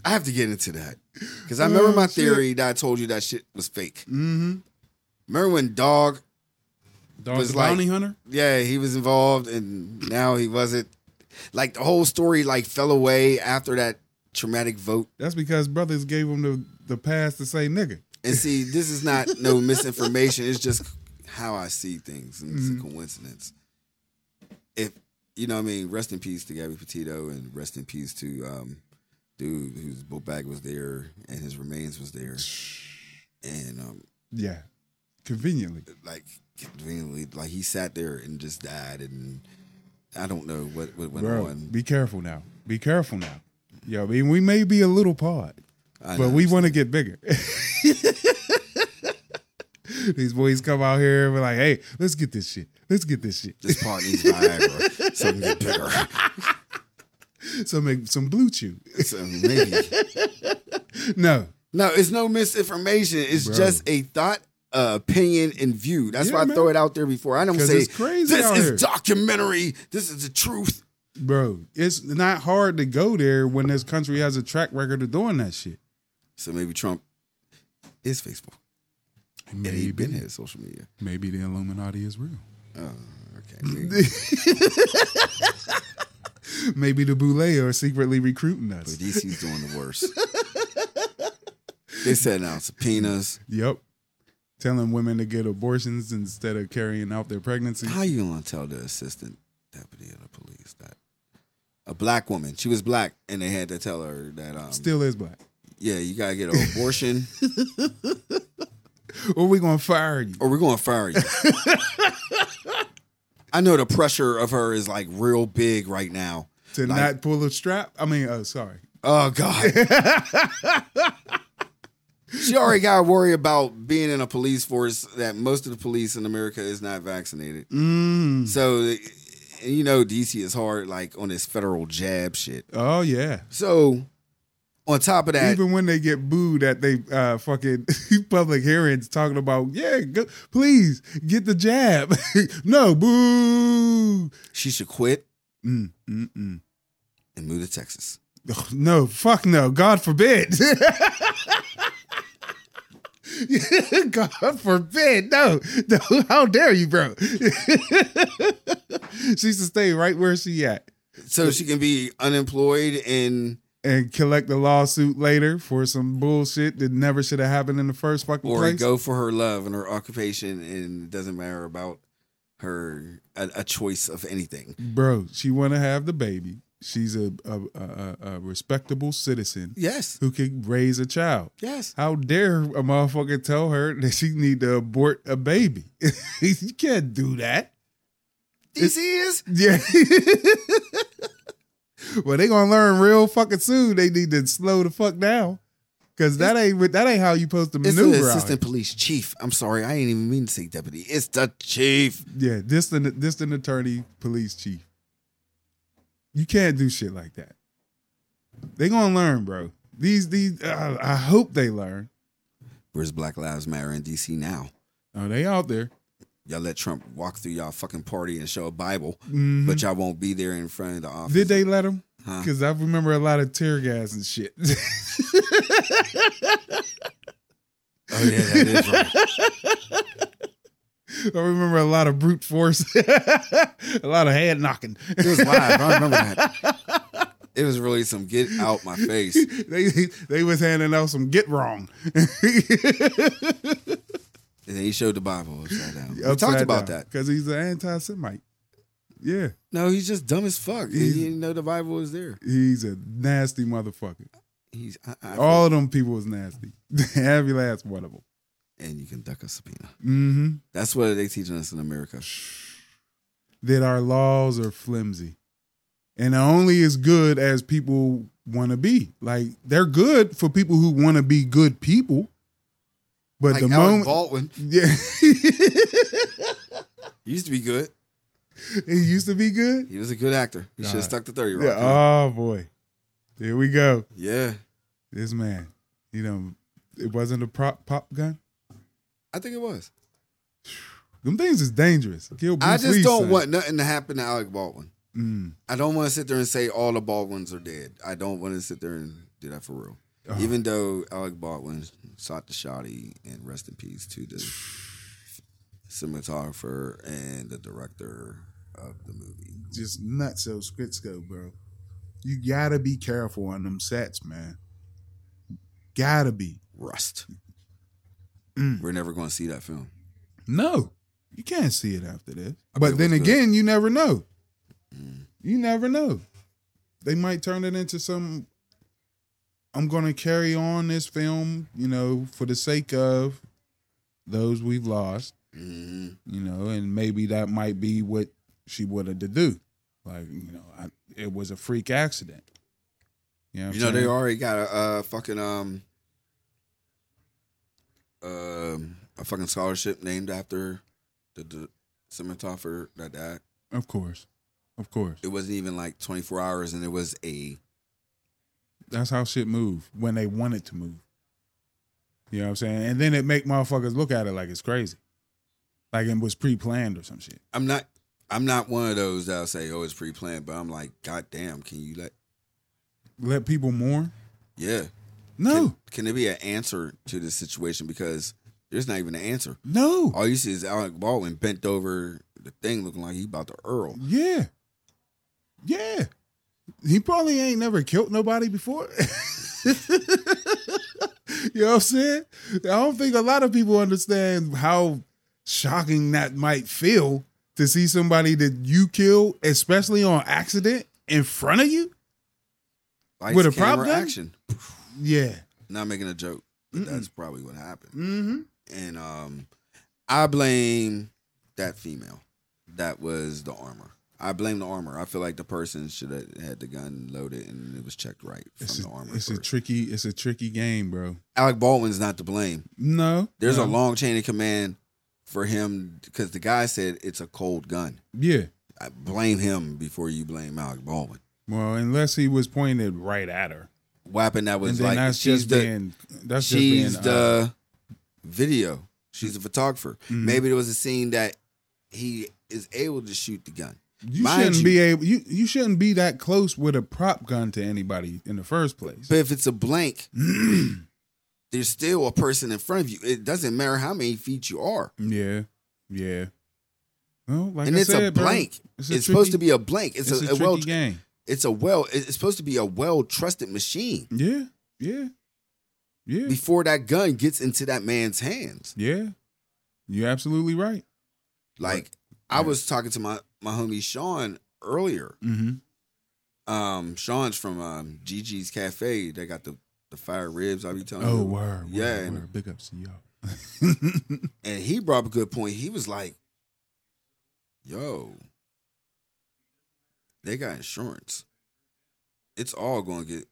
[SPEAKER 2] I have to get into that because I remember
[SPEAKER 1] Oh,
[SPEAKER 2] my
[SPEAKER 1] shit.
[SPEAKER 2] theory that I told you that shit was fake. Mm-hmm. Remember when Dog?
[SPEAKER 1] Dog
[SPEAKER 2] Was
[SPEAKER 1] the
[SPEAKER 2] like-
[SPEAKER 1] bounty hunter.
[SPEAKER 2] Yeah, he was involved, and now he wasn't. Like the whole story, like fell away after that traumatic vote.
[SPEAKER 1] That's because brothers gave him the the pass to say nigga.
[SPEAKER 2] And see, this is not no misinformation. It's just how I see things, and it's a coincidence. If you know, what I mean, rest in peace to Gabby Petito, and rest in peace to um, dude whose book bag was there and his remains was there, and um,
[SPEAKER 1] Yeah, conveniently.
[SPEAKER 2] like conveniently, like he sat there and just died, and I don't know what what went
[SPEAKER 1] Bro,
[SPEAKER 2] on.
[SPEAKER 1] be careful now. Be careful now. Yo, I mean, we may be a little pod,
[SPEAKER 2] I
[SPEAKER 1] but
[SPEAKER 2] know.
[SPEAKER 1] we want to get bigger. These boys come out here and be like, hey, let's get this shit. Let's get this shit.
[SPEAKER 2] this part needs Viagra, so it can get bigger.
[SPEAKER 1] Some some blue chew.
[SPEAKER 2] So maybe
[SPEAKER 1] No.
[SPEAKER 2] no, it's no misinformation. It's
[SPEAKER 1] Bro.
[SPEAKER 2] just a thought, uh, opinion, and view. That's
[SPEAKER 1] Yeah,
[SPEAKER 2] why I
[SPEAKER 1] man.
[SPEAKER 2] throw it out there before. I don't
[SPEAKER 1] 'Cause
[SPEAKER 2] say
[SPEAKER 1] it's crazy
[SPEAKER 2] This
[SPEAKER 1] out
[SPEAKER 2] is
[SPEAKER 1] here."
[SPEAKER 2] documentary. This is the truth.
[SPEAKER 1] Bro, it's not hard to go there when this country has a track record of doing that shit.
[SPEAKER 2] So maybe Trump is Facebook. And he been his social media.
[SPEAKER 1] maybe the Illuminati is real.
[SPEAKER 2] Okay.
[SPEAKER 1] Maybe the Boule are secretly recruiting us.
[SPEAKER 2] DC's doing the worst. they setting out subpoenas.
[SPEAKER 1] Yep. Telling women to get abortions instead of carrying out their pregnancy.
[SPEAKER 2] How you gonna tell the assistant deputy of the police that a black woman, she was black, and they had to tell her that um,
[SPEAKER 1] Still is black.
[SPEAKER 2] yeah, you gotta get an abortion,
[SPEAKER 1] Or we gonna fire you.
[SPEAKER 2] or we're gonna fire you. I know the pressure of her is like real big right now.
[SPEAKER 1] To
[SPEAKER 2] Like-
[SPEAKER 1] not pull a strap. I mean, oh sorry.
[SPEAKER 2] Oh God. she already got to worry about being in a police force that most of the police in America is not vaccinated.
[SPEAKER 1] Mm.
[SPEAKER 2] So, and you know, DC is hard like on this federal jab shit.
[SPEAKER 1] Oh yeah.
[SPEAKER 2] So, on top of that,
[SPEAKER 1] Even when they get booed at they uh, fucking public hearings talking about, yeah, go, please get the jab. no, boo.
[SPEAKER 2] she should quit
[SPEAKER 1] Mm, mm, mm.
[SPEAKER 2] and move to Texas.
[SPEAKER 1] Ugh, No, fuck no. God forbid. God forbid. No. no. How dare you, bro? she should stay right where she at
[SPEAKER 2] So she can be unemployed and
[SPEAKER 1] and collect a lawsuit later for some bullshit that never should have happened in the first fucking
[SPEAKER 2] or
[SPEAKER 1] place.
[SPEAKER 2] go for her love and her occupation, and it doesn't matter about her a, a choice of anything.
[SPEAKER 1] Bro, she want to have the baby. She's a, a, a, a, a respectable citizen
[SPEAKER 2] Yes,
[SPEAKER 1] who can raise a child.
[SPEAKER 2] yes.
[SPEAKER 1] How dare a motherfucker tell her that she need to abort a baby? you can't do that.
[SPEAKER 2] DC is
[SPEAKER 1] Yeah. well, they gonna learn real fucking soon. They need to slow the fuck down. Cause that ain't what- that ain't how you supposed to
[SPEAKER 2] It's the
[SPEAKER 1] maneuver. out
[SPEAKER 2] assistant police chief. I'm sorry, I ain't even mean to say deputy. It's the chief.
[SPEAKER 1] here. yeah, distant distant attorney, police chief. You can't do shit like that. They gonna learn, bro. These these uh, I hope they learn.
[SPEAKER 2] Where's Black Lives Matter in DC now?
[SPEAKER 1] Oh, they out there.
[SPEAKER 2] Y'all let Trump walk through y'all fucking party and show a Bible,
[SPEAKER 1] Mhm.
[SPEAKER 2] but y'all won't be there in front of the office.
[SPEAKER 1] Did they let him?
[SPEAKER 2] Huh?
[SPEAKER 1] Because I remember a lot of tear gas and shit.
[SPEAKER 2] Oh yeah, that is right.
[SPEAKER 1] I remember a lot of brute force, a lot of head knocking.
[SPEAKER 2] It was live. I remember that. It was really some get out my face.
[SPEAKER 1] they they was handing out some get wrong.
[SPEAKER 2] And then he showed the Bible upside down. we talked about that.
[SPEAKER 1] because he's an anti-Semite. Yeah,
[SPEAKER 2] No, he's just dumb as fuck. He,
[SPEAKER 1] He's-
[SPEAKER 2] didn't know the Bible was there.
[SPEAKER 1] he's a nasty motherfucker.
[SPEAKER 2] He's I, I,
[SPEAKER 1] All of them people was nasty. Every last one of them.
[SPEAKER 2] and you can duck a subpoena.
[SPEAKER 1] Mm-hmm.
[SPEAKER 2] That's what they teaching us in America.
[SPEAKER 1] That our laws are flimsy, and are only as good as people want to be. Like they're good for people who want to be good people, but
[SPEAKER 2] Like
[SPEAKER 1] the
[SPEAKER 2] Alec
[SPEAKER 1] moment,
[SPEAKER 2] Baldwin
[SPEAKER 1] yeah,
[SPEAKER 2] he used to be good.
[SPEAKER 1] it used to be good.
[SPEAKER 2] He was a good actor. He should
[SPEAKER 1] God.
[SPEAKER 2] have stuck to thirty rock.
[SPEAKER 1] Uh, Yeah. Oh boy, here we go.
[SPEAKER 2] yeah,
[SPEAKER 1] This man, you know, it wasn't a prop pop gun.
[SPEAKER 2] I think it was.
[SPEAKER 1] Them things is dangerous. Kill Bruce
[SPEAKER 2] I just
[SPEAKER 1] Lee,
[SPEAKER 2] don't
[SPEAKER 1] son.
[SPEAKER 2] want nothing to happen to Alec Baldwin.
[SPEAKER 1] Mm.
[SPEAKER 2] I don't want to sit there and say all the Baldwins are dead. I don't want to sit there and do that for real.
[SPEAKER 1] Oh.
[SPEAKER 2] Even though Alec Baldwin shot the shotty and rest in peace to the cinematographer and the director of the movie.
[SPEAKER 1] just nuts those scripts go, bro. You gotta be careful on them sets, man. Gotta be.
[SPEAKER 2] Rust.
[SPEAKER 1] Mm.
[SPEAKER 2] We're never going to see that film.
[SPEAKER 1] No, you can't see it after this.
[SPEAKER 2] I
[SPEAKER 1] but
[SPEAKER 2] mean,
[SPEAKER 1] then
[SPEAKER 2] what's good?
[SPEAKER 1] again, you never know. You never know. They might turn it into some. I'm gonna carry on this film, you know, for the sake of those we've lost.
[SPEAKER 2] Mhm.
[SPEAKER 1] you know, and maybe that might be what she wanted to do. Like, you know, I, it was a freak accident. You know, what
[SPEAKER 2] You
[SPEAKER 1] I'm
[SPEAKER 2] know they
[SPEAKER 1] saying?
[SPEAKER 2] already got a uh, fucking um um a fucking scholarship named after the, the cinematographer that died.
[SPEAKER 1] Of course, of course.
[SPEAKER 2] It wasn't even like 24 hours, and it was a
[SPEAKER 1] That's how shit move when they want it to move. You know what I'm saying? And then it make motherfuckers look at it like it's crazy, like it was pre-planned or some shit.
[SPEAKER 2] I'm not. I'm not one of those that'll say, "Oh, it's pre-planned," but I'm like, "God damn, can you let?"
[SPEAKER 1] Let people mourn?
[SPEAKER 2] Yeah.
[SPEAKER 1] No,
[SPEAKER 2] Can, can there be an answer to this situation? Because there's not even an answer.
[SPEAKER 1] no.
[SPEAKER 2] All you see is Alec Baldwin bent over the thing, looking like he about to earl.
[SPEAKER 1] Yeah, yeah. He probably ain't never killed nobody before. You know what I'm saying? I don't think a lot of people understand how shocking that might feel to see somebody that you kill, especially on accident, in front of you.
[SPEAKER 2] Lights,
[SPEAKER 1] With a
[SPEAKER 2] camera,
[SPEAKER 1] prop gun?
[SPEAKER 2] action.
[SPEAKER 1] Yeah.
[SPEAKER 2] Not making a joke. But
[SPEAKER 1] Mm-mm.
[SPEAKER 2] that's probably what happened.
[SPEAKER 1] Mm-hmm.
[SPEAKER 2] And um, I blame that female. That was the armor. I blame the armor. I feel like the person should have had the gun loaded and it was checked right from
[SPEAKER 1] It's,
[SPEAKER 2] the armor.
[SPEAKER 1] a, it's a
[SPEAKER 2] first.
[SPEAKER 1] tricky, it's a tricky game, bro.
[SPEAKER 2] Alec Baldwin's not to blame.
[SPEAKER 1] No.
[SPEAKER 2] There's
[SPEAKER 1] no.
[SPEAKER 2] a long chain of command for him because the guy said it's a cold gun.
[SPEAKER 1] Yeah.
[SPEAKER 2] I blame him before you blame Alec Baldwin.
[SPEAKER 1] Well, unless he was pointed right at her.
[SPEAKER 2] Weapon that
[SPEAKER 1] And
[SPEAKER 2] was
[SPEAKER 1] then
[SPEAKER 2] like
[SPEAKER 1] that's
[SPEAKER 2] she's
[SPEAKER 1] just
[SPEAKER 2] the
[SPEAKER 1] being that's
[SPEAKER 2] she's
[SPEAKER 1] just being uh,
[SPEAKER 2] the video. She's a photographer.
[SPEAKER 1] Mhm.
[SPEAKER 2] Maybe there was a scene that he is able to shoot the gun.
[SPEAKER 1] you
[SPEAKER 2] mind
[SPEAKER 1] shouldn't
[SPEAKER 2] you-
[SPEAKER 1] be able you, you shouldn't be that close with a prop gun to anybody in the first place.
[SPEAKER 2] But if it's a blank, there's still a person in front of you. It doesn't matter how many feet you are.
[SPEAKER 1] Yeah, yeah. Well, like
[SPEAKER 2] and
[SPEAKER 1] I
[SPEAKER 2] it's
[SPEAKER 1] said,
[SPEAKER 2] a
[SPEAKER 1] bro,
[SPEAKER 2] blank.
[SPEAKER 1] It's,
[SPEAKER 2] It's,
[SPEAKER 1] a
[SPEAKER 2] supposed to
[SPEAKER 1] tricky-
[SPEAKER 2] be a blank. It's,
[SPEAKER 1] it's
[SPEAKER 2] a,
[SPEAKER 1] a,
[SPEAKER 2] a
[SPEAKER 1] tricky
[SPEAKER 2] well
[SPEAKER 1] game.
[SPEAKER 2] it's a well it's supposed to be a well trusted machine.
[SPEAKER 1] Yeah, yeah, yeah,
[SPEAKER 2] before that gun gets into that man's hands.
[SPEAKER 1] yeah. You're absolutely right.
[SPEAKER 2] Like I was talking to my my homie Sean earlier.
[SPEAKER 1] Mm-hmm.
[SPEAKER 2] Um, Sean's from um, GG's Cafe. They got the the fire ribs. I be telling
[SPEAKER 1] Oh,
[SPEAKER 2] you.
[SPEAKER 1] word, word,
[SPEAKER 2] Uh, Yeah, and-
[SPEAKER 1] word. Big E ups to y'all.
[SPEAKER 2] And he brought up a good point. He was like, "Yo, they got insurance. It's all going to get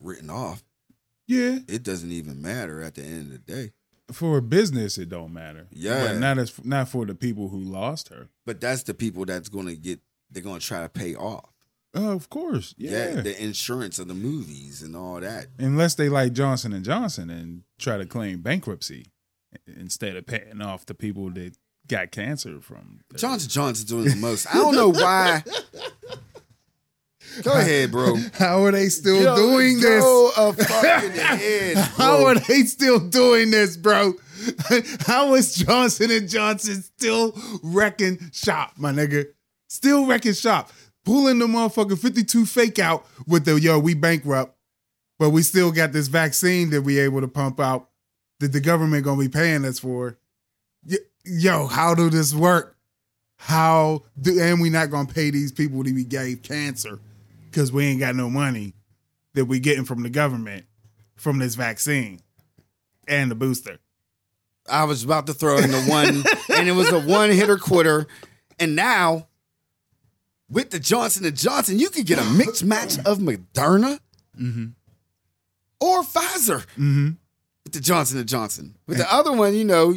[SPEAKER 2] written off.
[SPEAKER 1] yeah,
[SPEAKER 2] It doesn't even matter at the end of the day."
[SPEAKER 1] for a business, it don't matter.
[SPEAKER 2] Yeah.
[SPEAKER 1] but not as not for the people who lost her.
[SPEAKER 2] But that's the people that's going to get. They're going to try to pay off.
[SPEAKER 1] Oh, of course, yeah.
[SPEAKER 2] the insurance of the movies and all that.
[SPEAKER 1] Unless they like Johnson and Johnson and try to claim bankruptcy instead of paying off the people that got cancer from their-
[SPEAKER 2] Johnson Johnson's doing the most. I don't know why. Go ahead, bro.
[SPEAKER 1] How are they still
[SPEAKER 2] Yo,
[SPEAKER 1] doing this?
[SPEAKER 2] go a fucking head,
[SPEAKER 1] How
[SPEAKER 2] bro.
[SPEAKER 1] are they still doing this, bro? How is Johnson and Johnson still wrecking shop, my nigga? Still wrecking shop. Pulling the motherfucking 52 fake out with the yo, we bankrupt, but we still got this vaccine that we able to pump out that the government gonna be paying us for. Y- Yo, how do this work? How do and we not gonna pay these people that we gave cancer because we ain't got no money that we getting from the government from this vaccine and the booster.
[SPEAKER 2] I was about to throw in the one, and it was a one hitter quitter. And now, with the Johnson and Johnson, you could get a mixed match of Moderna
[SPEAKER 1] Mm-hmm.
[SPEAKER 2] or Pfizer with the Johnson and Johnson. With the other one, you know,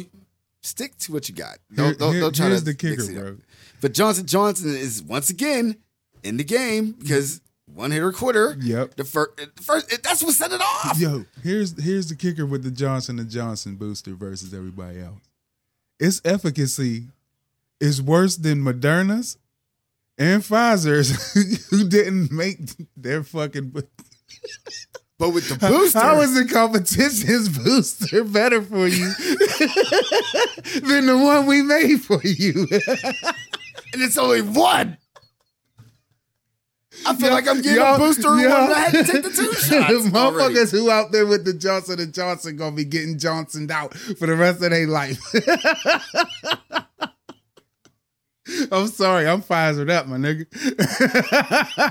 [SPEAKER 2] stick to what you got.
[SPEAKER 1] Here-
[SPEAKER 2] Don't, don't,
[SPEAKER 1] here-
[SPEAKER 2] don't try
[SPEAKER 1] here's
[SPEAKER 2] to
[SPEAKER 1] the
[SPEAKER 2] mix
[SPEAKER 1] kicker,
[SPEAKER 2] it up.
[SPEAKER 1] bro.
[SPEAKER 2] But Johnson Johnson is once again in the game because one hitter quitter.
[SPEAKER 1] Yep.
[SPEAKER 2] The first, the first, that's what set it off.
[SPEAKER 1] Yo, here's here's the kicker with the Johnson and Johnson booster versus everybody else. Its efficacy is worse than Moderna's and Pfizer's, who didn't make their fucking. bo-
[SPEAKER 2] But with the booster,
[SPEAKER 1] How is the competition's booster better for you than the one we made for you?
[SPEAKER 2] and it's only one. I feel like I'm getting
[SPEAKER 1] Y'all-
[SPEAKER 2] a booster
[SPEAKER 1] y'all-
[SPEAKER 2] one. and I had to take the two shots.
[SPEAKER 1] The
[SPEAKER 2] already.
[SPEAKER 1] motherfuckers who out there with the Johnson and Johnson gonna be getting Johnsoned out for the rest of their life. I'm sorry, I'm Pfizered up, my nigga.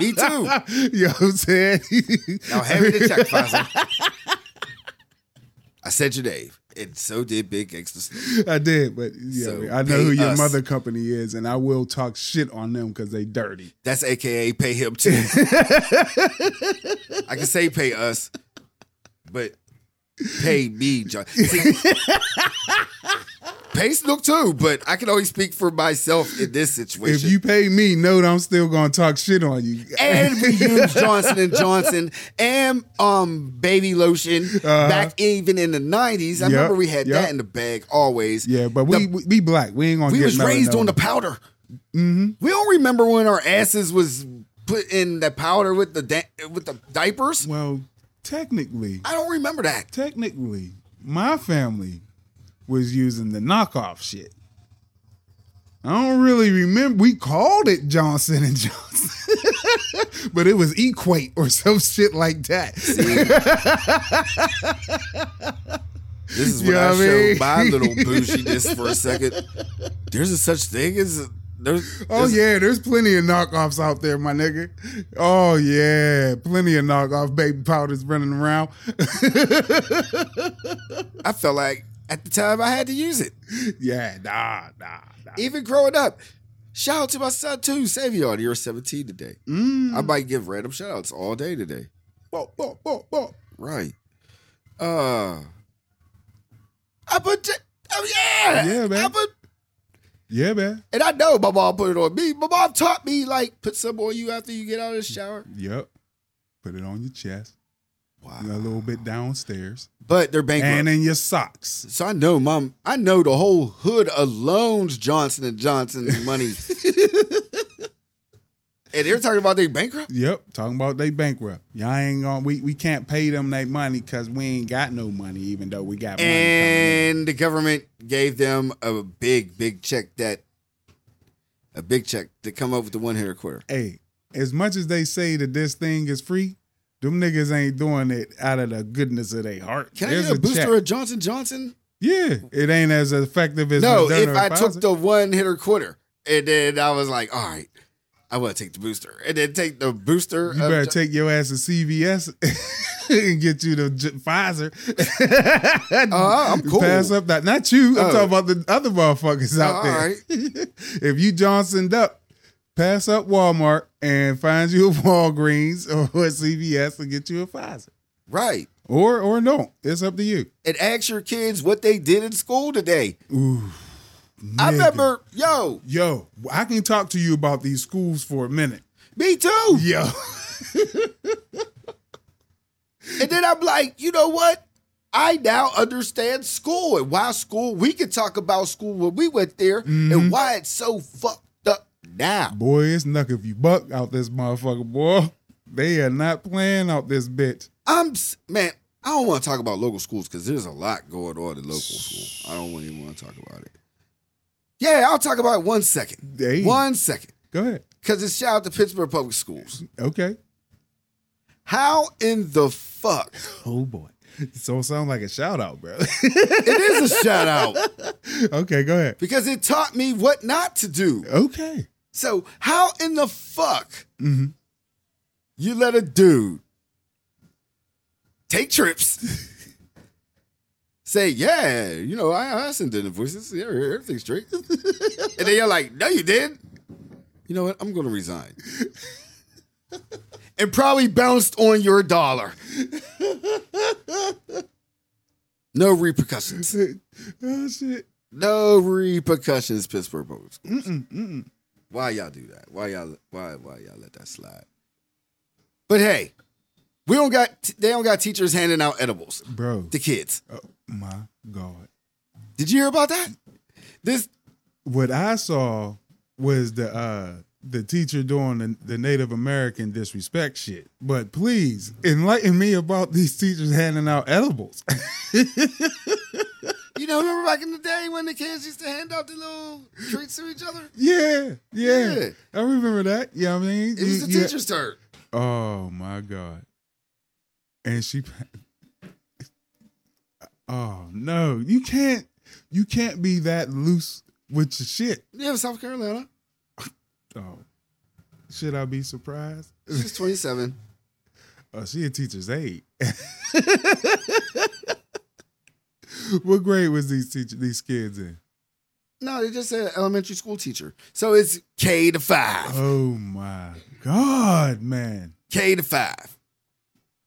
[SPEAKER 2] Me too.
[SPEAKER 1] Yo, I'm saying,
[SPEAKER 2] Now hand me the check, Pfizer. I said your name, and so did Big Gangsta. Snoop.
[SPEAKER 1] I did, but yeah,
[SPEAKER 2] So,
[SPEAKER 1] I know who
[SPEAKER 2] pay
[SPEAKER 1] your
[SPEAKER 2] us.
[SPEAKER 1] mother company is, and I will talk shit on them because they dirty.
[SPEAKER 2] That's AKA pay him too. I can say pay us, but pay me, John. See, pay Snook too, but I can only speak for myself in this
[SPEAKER 1] If
[SPEAKER 2] situation.
[SPEAKER 1] you pay me, note I'm still gonna talk shit on you.
[SPEAKER 2] and we use Johnson and Johnson and um baby lotion back even in the nineties. I
[SPEAKER 1] Uh-huh. Yep,
[SPEAKER 2] remember we had
[SPEAKER 1] yep.
[SPEAKER 2] that in the bag always.
[SPEAKER 1] yeah, but we,
[SPEAKER 2] The-
[SPEAKER 1] we we black. We ain't gonna.
[SPEAKER 2] we
[SPEAKER 1] get Mm-hmm.
[SPEAKER 2] was raised
[SPEAKER 1] melanoma.
[SPEAKER 2] on the powder. We don't remember when our asses was put in the powder with the da- with the diapers.
[SPEAKER 1] Well, technically,
[SPEAKER 2] I don't remember that.
[SPEAKER 1] technically, my family was using the knockoff shit. I don't really remember. We called it Johnson and Johnson, but it was Equate or some shit like that.
[SPEAKER 2] This is
[SPEAKER 1] You
[SPEAKER 2] when
[SPEAKER 1] know
[SPEAKER 2] I
[SPEAKER 1] what I mean?
[SPEAKER 2] showed my little bouginess for a second. There's a such thing as there's.
[SPEAKER 1] Oh
[SPEAKER 2] there's-
[SPEAKER 1] yeah, there's plenty of knockoffs out there, my nigga. Oh yeah, plenty of knockoff baby powders running around.
[SPEAKER 2] I felt like at the time I had to use it.
[SPEAKER 1] yeah, nah, nah, nah.
[SPEAKER 2] Even growing up. Shout out to my son too, Savion. You're 17 today.
[SPEAKER 1] Mm.
[SPEAKER 2] I might give random shout outs all day today.
[SPEAKER 1] Bo, bo, bo, bo.
[SPEAKER 2] Right. Uh I put j- oh, yeah.
[SPEAKER 1] Yeah, man.
[SPEAKER 2] I put
[SPEAKER 1] Yeah, man.
[SPEAKER 2] and I know my mom put it on me. My mom taught me like put some on you after you get out of the shower.
[SPEAKER 1] Yep. Put it on your chest,
[SPEAKER 2] Wow.
[SPEAKER 1] a little bit downstairs,
[SPEAKER 2] But they're bankrupt.
[SPEAKER 1] and in your socks.
[SPEAKER 2] so I know mom I know the whole hood alone's Johnson and Johnson's money. and they're talking about they bankrupt?
[SPEAKER 1] Yep, talking about they bankrupt. Y'all ain't gonna we, we can't pay them that money because we ain't got no money, even though we got money. coming in.
[SPEAKER 2] And the government gave them a big, big check that a big check to come up with the one hitter quarter.
[SPEAKER 1] hey, as much as they say that this thing is free, them niggas ain't doing it out of the goodness of their heart.
[SPEAKER 2] Can
[SPEAKER 1] There's
[SPEAKER 2] I get a booster
[SPEAKER 1] check.
[SPEAKER 2] of Johnson Johnson?
[SPEAKER 1] yeah, it ain't as effective as
[SPEAKER 2] No,
[SPEAKER 1] Moderna
[SPEAKER 2] if
[SPEAKER 1] or
[SPEAKER 2] I
[SPEAKER 1] Pfizer.
[SPEAKER 2] took the one hitter quarter, and then I was like, all right, I want to take the booster, and then take the booster.
[SPEAKER 1] you
[SPEAKER 2] of
[SPEAKER 1] better
[SPEAKER 2] Jo-
[SPEAKER 1] take your ass to CVS and get you the J- Pfizer.
[SPEAKER 2] Uh, I'm cool.
[SPEAKER 1] Pass up that. Not you. I'm
[SPEAKER 2] Oh. Uh,
[SPEAKER 1] talking about the other motherfuckers out
[SPEAKER 2] all
[SPEAKER 1] there.
[SPEAKER 2] right.
[SPEAKER 1] if you Johnsoned up, pass up Walmart and find you a Walgreens or a CVS and get you a Pfizer.
[SPEAKER 2] right,
[SPEAKER 1] Or or don't. It's up to you.
[SPEAKER 2] and ask your kids what they did in school today. I
[SPEAKER 1] Nigga.
[SPEAKER 2] remember, yo,
[SPEAKER 1] Yo, I can talk to you about these schools for a minute.
[SPEAKER 2] me too.
[SPEAKER 1] Yo.
[SPEAKER 2] And then I'm like, you know what? I now understand school and why school. We could talk about school when we went there and why it's so fucked up now.
[SPEAKER 1] Boy, it's knuck if you buck out this motherfucker, boy. They are not playing out this bitch.
[SPEAKER 2] I'm s- man. I don't want to talk about local schools because there's a lot going on in local school. I don't wanna even want to talk about it. Yeah, I'll talk about it one second.
[SPEAKER 1] Hey.
[SPEAKER 2] One second.
[SPEAKER 1] Go ahead.
[SPEAKER 2] Because it's shout out to Pittsburgh Public Schools.
[SPEAKER 1] Okay.
[SPEAKER 2] How in the fuck
[SPEAKER 1] Oh boy. So it sounds like a shout out, bro.
[SPEAKER 2] It is a shout out
[SPEAKER 1] okay, go ahead.
[SPEAKER 2] because it taught me what not to do.
[SPEAKER 1] Okay.
[SPEAKER 2] So how in the fuck you let a dude take trips? Say yeah, you know I, I sent in the voices. Yeah, everything's straight. and then you're like, no, you did. You know what? I'm going to resign. and probably bounced on your dollar. no repercussions.
[SPEAKER 1] Oh shit.
[SPEAKER 2] No repercussions, Pittsburgh Public Schools. Why y'all do that? Why y'all why why y'all let that slide? But hey, we don't got they don't got teachers handing out edibles
[SPEAKER 1] Bro.
[SPEAKER 2] to kids.
[SPEAKER 1] Oh my God.
[SPEAKER 2] Did you hear about that? This
[SPEAKER 1] What I saw was the uh the teacher doing the, the Native American disrespect shit. But please enlighten me about these teachers handing out edibles.
[SPEAKER 2] you know, remember back in the day when the kids used to hand out the little treats to each other?
[SPEAKER 1] yeah, yeah,
[SPEAKER 2] Yeah.
[SPEAKER 1] I remember that. Yeah, I mean,
[SPEAKER 2] It was the
[SPEAKER 1] you- you-
[SPEAKER 2] teacher's turn.
[SPEAKER 1] Oh my god! And she. Oh no! You can't. You can't be that loose with your shit.
[SPEAKER 2] Yeah, South Carolina.
[SPEAKER 1] Oh, should I be surprised?
[SPEAKER 2] She's 27.
[SPEAKER 1] Oh, she a teacher's aide. what grade was these teacher these kids in?
[SPEAKER 2] No, they just said elementary school teacher. So it's K to five.
[SPEAKER 1] Oh my god, man!
[SPEAKER 2] K to five.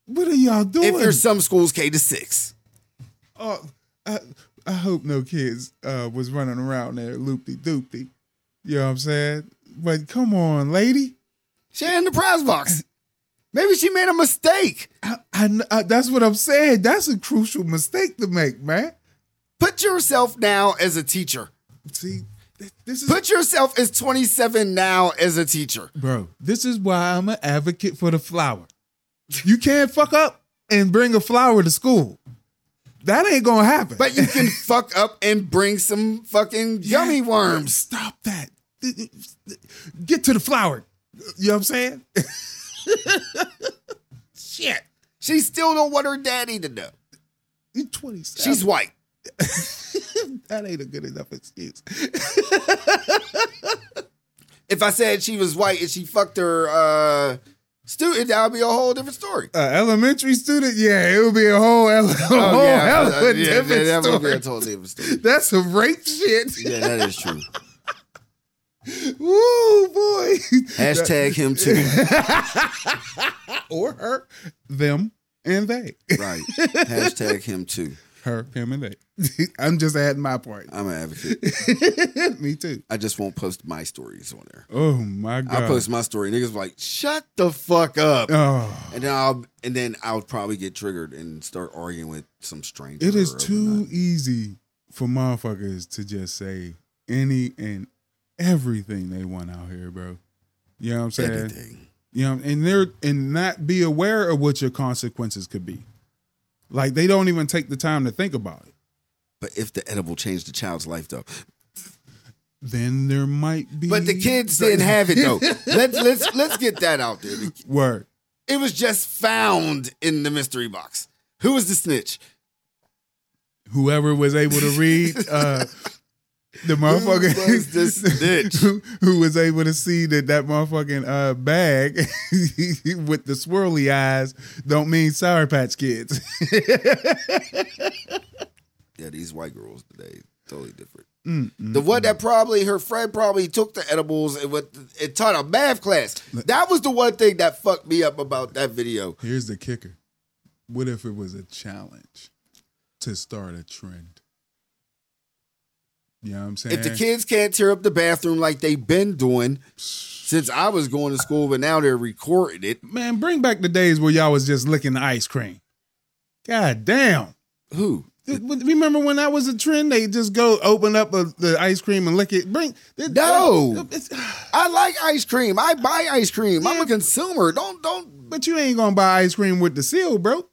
[SPEAKER 1] What are y'all doing?
[SPEAKER 2] If there's some schools K to six.
[SPEAKER 1] Oh, I, I hope no kids uh, was running around there loopy doopty. You know what I'm saying? But come on, lady.
[SPEAKER 2] She in the prize box. Maybe she made a mistake.
[SPEAKER 1] I, I kn- I- that's what I'm saying. That's a crucial mistake to make, man.
[SPEAKER 2] Put yourself now as a teacher.
[SPEAKER 1] See, th- this is
[SPEAKER 2] Put yourself as 27 now as a teacher.
[SPEAKER 1] bro. This is why I'm an advocate for the flower. You can't fuck up and bring a flower to school. That ain't gonna happen.
[SPEAKER 2] But you can fuck up and bring some fucking gummy worms.
[SPEAKER 1] Stop that. Get to the flower. You know what I'm saying? Shit.
[SPEAKER 2] She still don't want her daddy to know.
[SPEAKER 1] You're 27.
[SPEAKER 2] She's white.
[SPEAKER 1] that ain't a good enough excuse.
[SPEAKER 2] If I said she was white and she fucked her uh, student, that would be a whole different story.
[SPEAKER 1] An elementary student, yeah, it would be a whole, ele- whole hell of a
[SPEAKER 2] Oh, yeah,
[SPEAKER 1] different
[SPEAKER 2] that would be
[SPEAKER 1] story.
[SPEAKER 2] a total different story.
[SPEAKER 1] That's some rape shit.
[SPEAKER 2] Yeah, that is true.
[SPEAKER 1] Woo, boy.
[SPEAKER 2] Hashtag him too.
[SPEAKER 1] or her, them, and they.
[SPEAKER 2] Right. Hashtag him too.
[SPEAKER 1] Her, him, and they. I'm just adding my part.
[SPEAKER 2] I'm an advocate.
[SPEAKER 1] Me too.
[SPEAKER 2] I just won't post my stories on there.
[SPEAKER 1] Oh my god.
[SPEAKER 2] I post my story. Niggas be like, shut the fuck up.
[SPEAKER 1] Oh,
[SPEAKER 2] And then I'll and then I'll probably get triggered and start arguing with some stranger.
[SPEAKER 1] it is
[SPEAKER 2] or
[SPEAKER 1] too
[SPEAKER 2] whatnot.
[SPEAKER 1] easy for motherfuckers to just say any and everything they want out here, bro. You know what I'm saying?
[SPEAKER 2] Anything.
[SPEAKER 1] you know, and they're and not be aware of what your consequences could be. Like they don't even take the time to think about it.
[SPEAKER 2] But if the edible changed the child's life though.
[SPEAKER 1] Then there might be.
[SPEAKER 2] But the kids didn't have it though. let's let's let's get that out there.
[SPEAKER 1] Word.
[SPEAKER 2] It was just found in the mystery box. Who was the snitch?
[SPEAKER 1] Whoever was able to read uh, the motherfucker
[SPEAKER 2] Who was the snitch?
[SPEAKER 1] who, who was able to see that that motherfucking uh, bag with the swirly eyes don't mean Sour Patch Kids.
[SPEAKER 2] Yeah, these white girls today totally different. the one that probably her friend probably took the edibles and went and taught a math class. That was the one thing that fucked me up about that video.
[SPEAKER 1] Here's the kicker. What if it was a challenge to start a trend? You know what I'm saying?
[SPEAKER 2] If the kids can't tear up the bathroom like they've been doing since I was going to school, but now they're recording it.
[SPEAKER 1] Man, bring back the days where y'all was just licking the ice cream. God damn.
[SPEAKER 2] Who?
[SPEAKER 1] Th- w- Remember when that was a trend? They just go open up a, the ice cream and lick it. Bring th-
[SPEAKER 2] No.
[SPEAKER 1] th- it's-
[SPEAKER 2] I like ice cream. I buy ice cream. I'm a consumer. Don't don't.
[SPEAKER 1] but you ain't gonna buy ice cream with the seal, bro.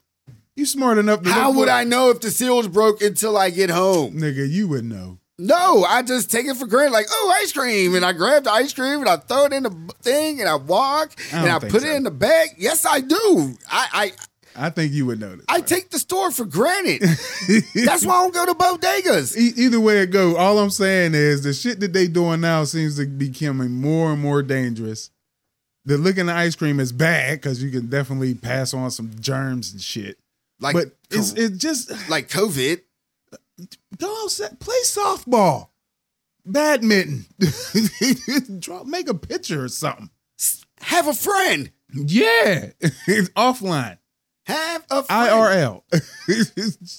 [SPEAKER 1] You smart enough to
[SPEAKER 2] How
[SPEAKER 1] look
[SPEAKER 2] would
[SPEAKER 1] for-
[SPEAKER 2] I know if the seal's broke until I get home?
[SPEAKER 1] nigga? You would know.
[SPEAKER 2] No, I just take it for granted. Like, oh, ice cream, and I grab the ice cream and I throw it in the b- thing and I walk
[SPEAKER 1] I
[SPEAKER 2] and
[SPEAKER 1] don't
[SPEAKER 2] I
[SPEAKER 1] think
[SPEAKER 2] put
[SPEAKER 1] so.
[SPEAKER 2] it in the bag. Yes, I do. I I
[SPEAKER 1] I think you would notice.
[SPEAKER 2] I take the store for granted. That's why I don't go to bodegas.
[SPEAKER 1] E- either way it go, all I'm saying is the shit that they doing now seems to be becoming more and more dangerous. The looking at ice cream is bad because you can definitely pass on some germs and shit.
[SPEAKER 2] Like
[SPEAKER 1] but it's it just
[SPEAKER 2] like COVID.
[SPEAKER 1] go outside, play softball, badminton, draw, make a picture or something.
[SPEAKER 2] Have a friend.
[SPEAKER 1] Yeah, it's offline,
[SPEAKER 2] Have a friend.
[SPEAKER 1] IRL.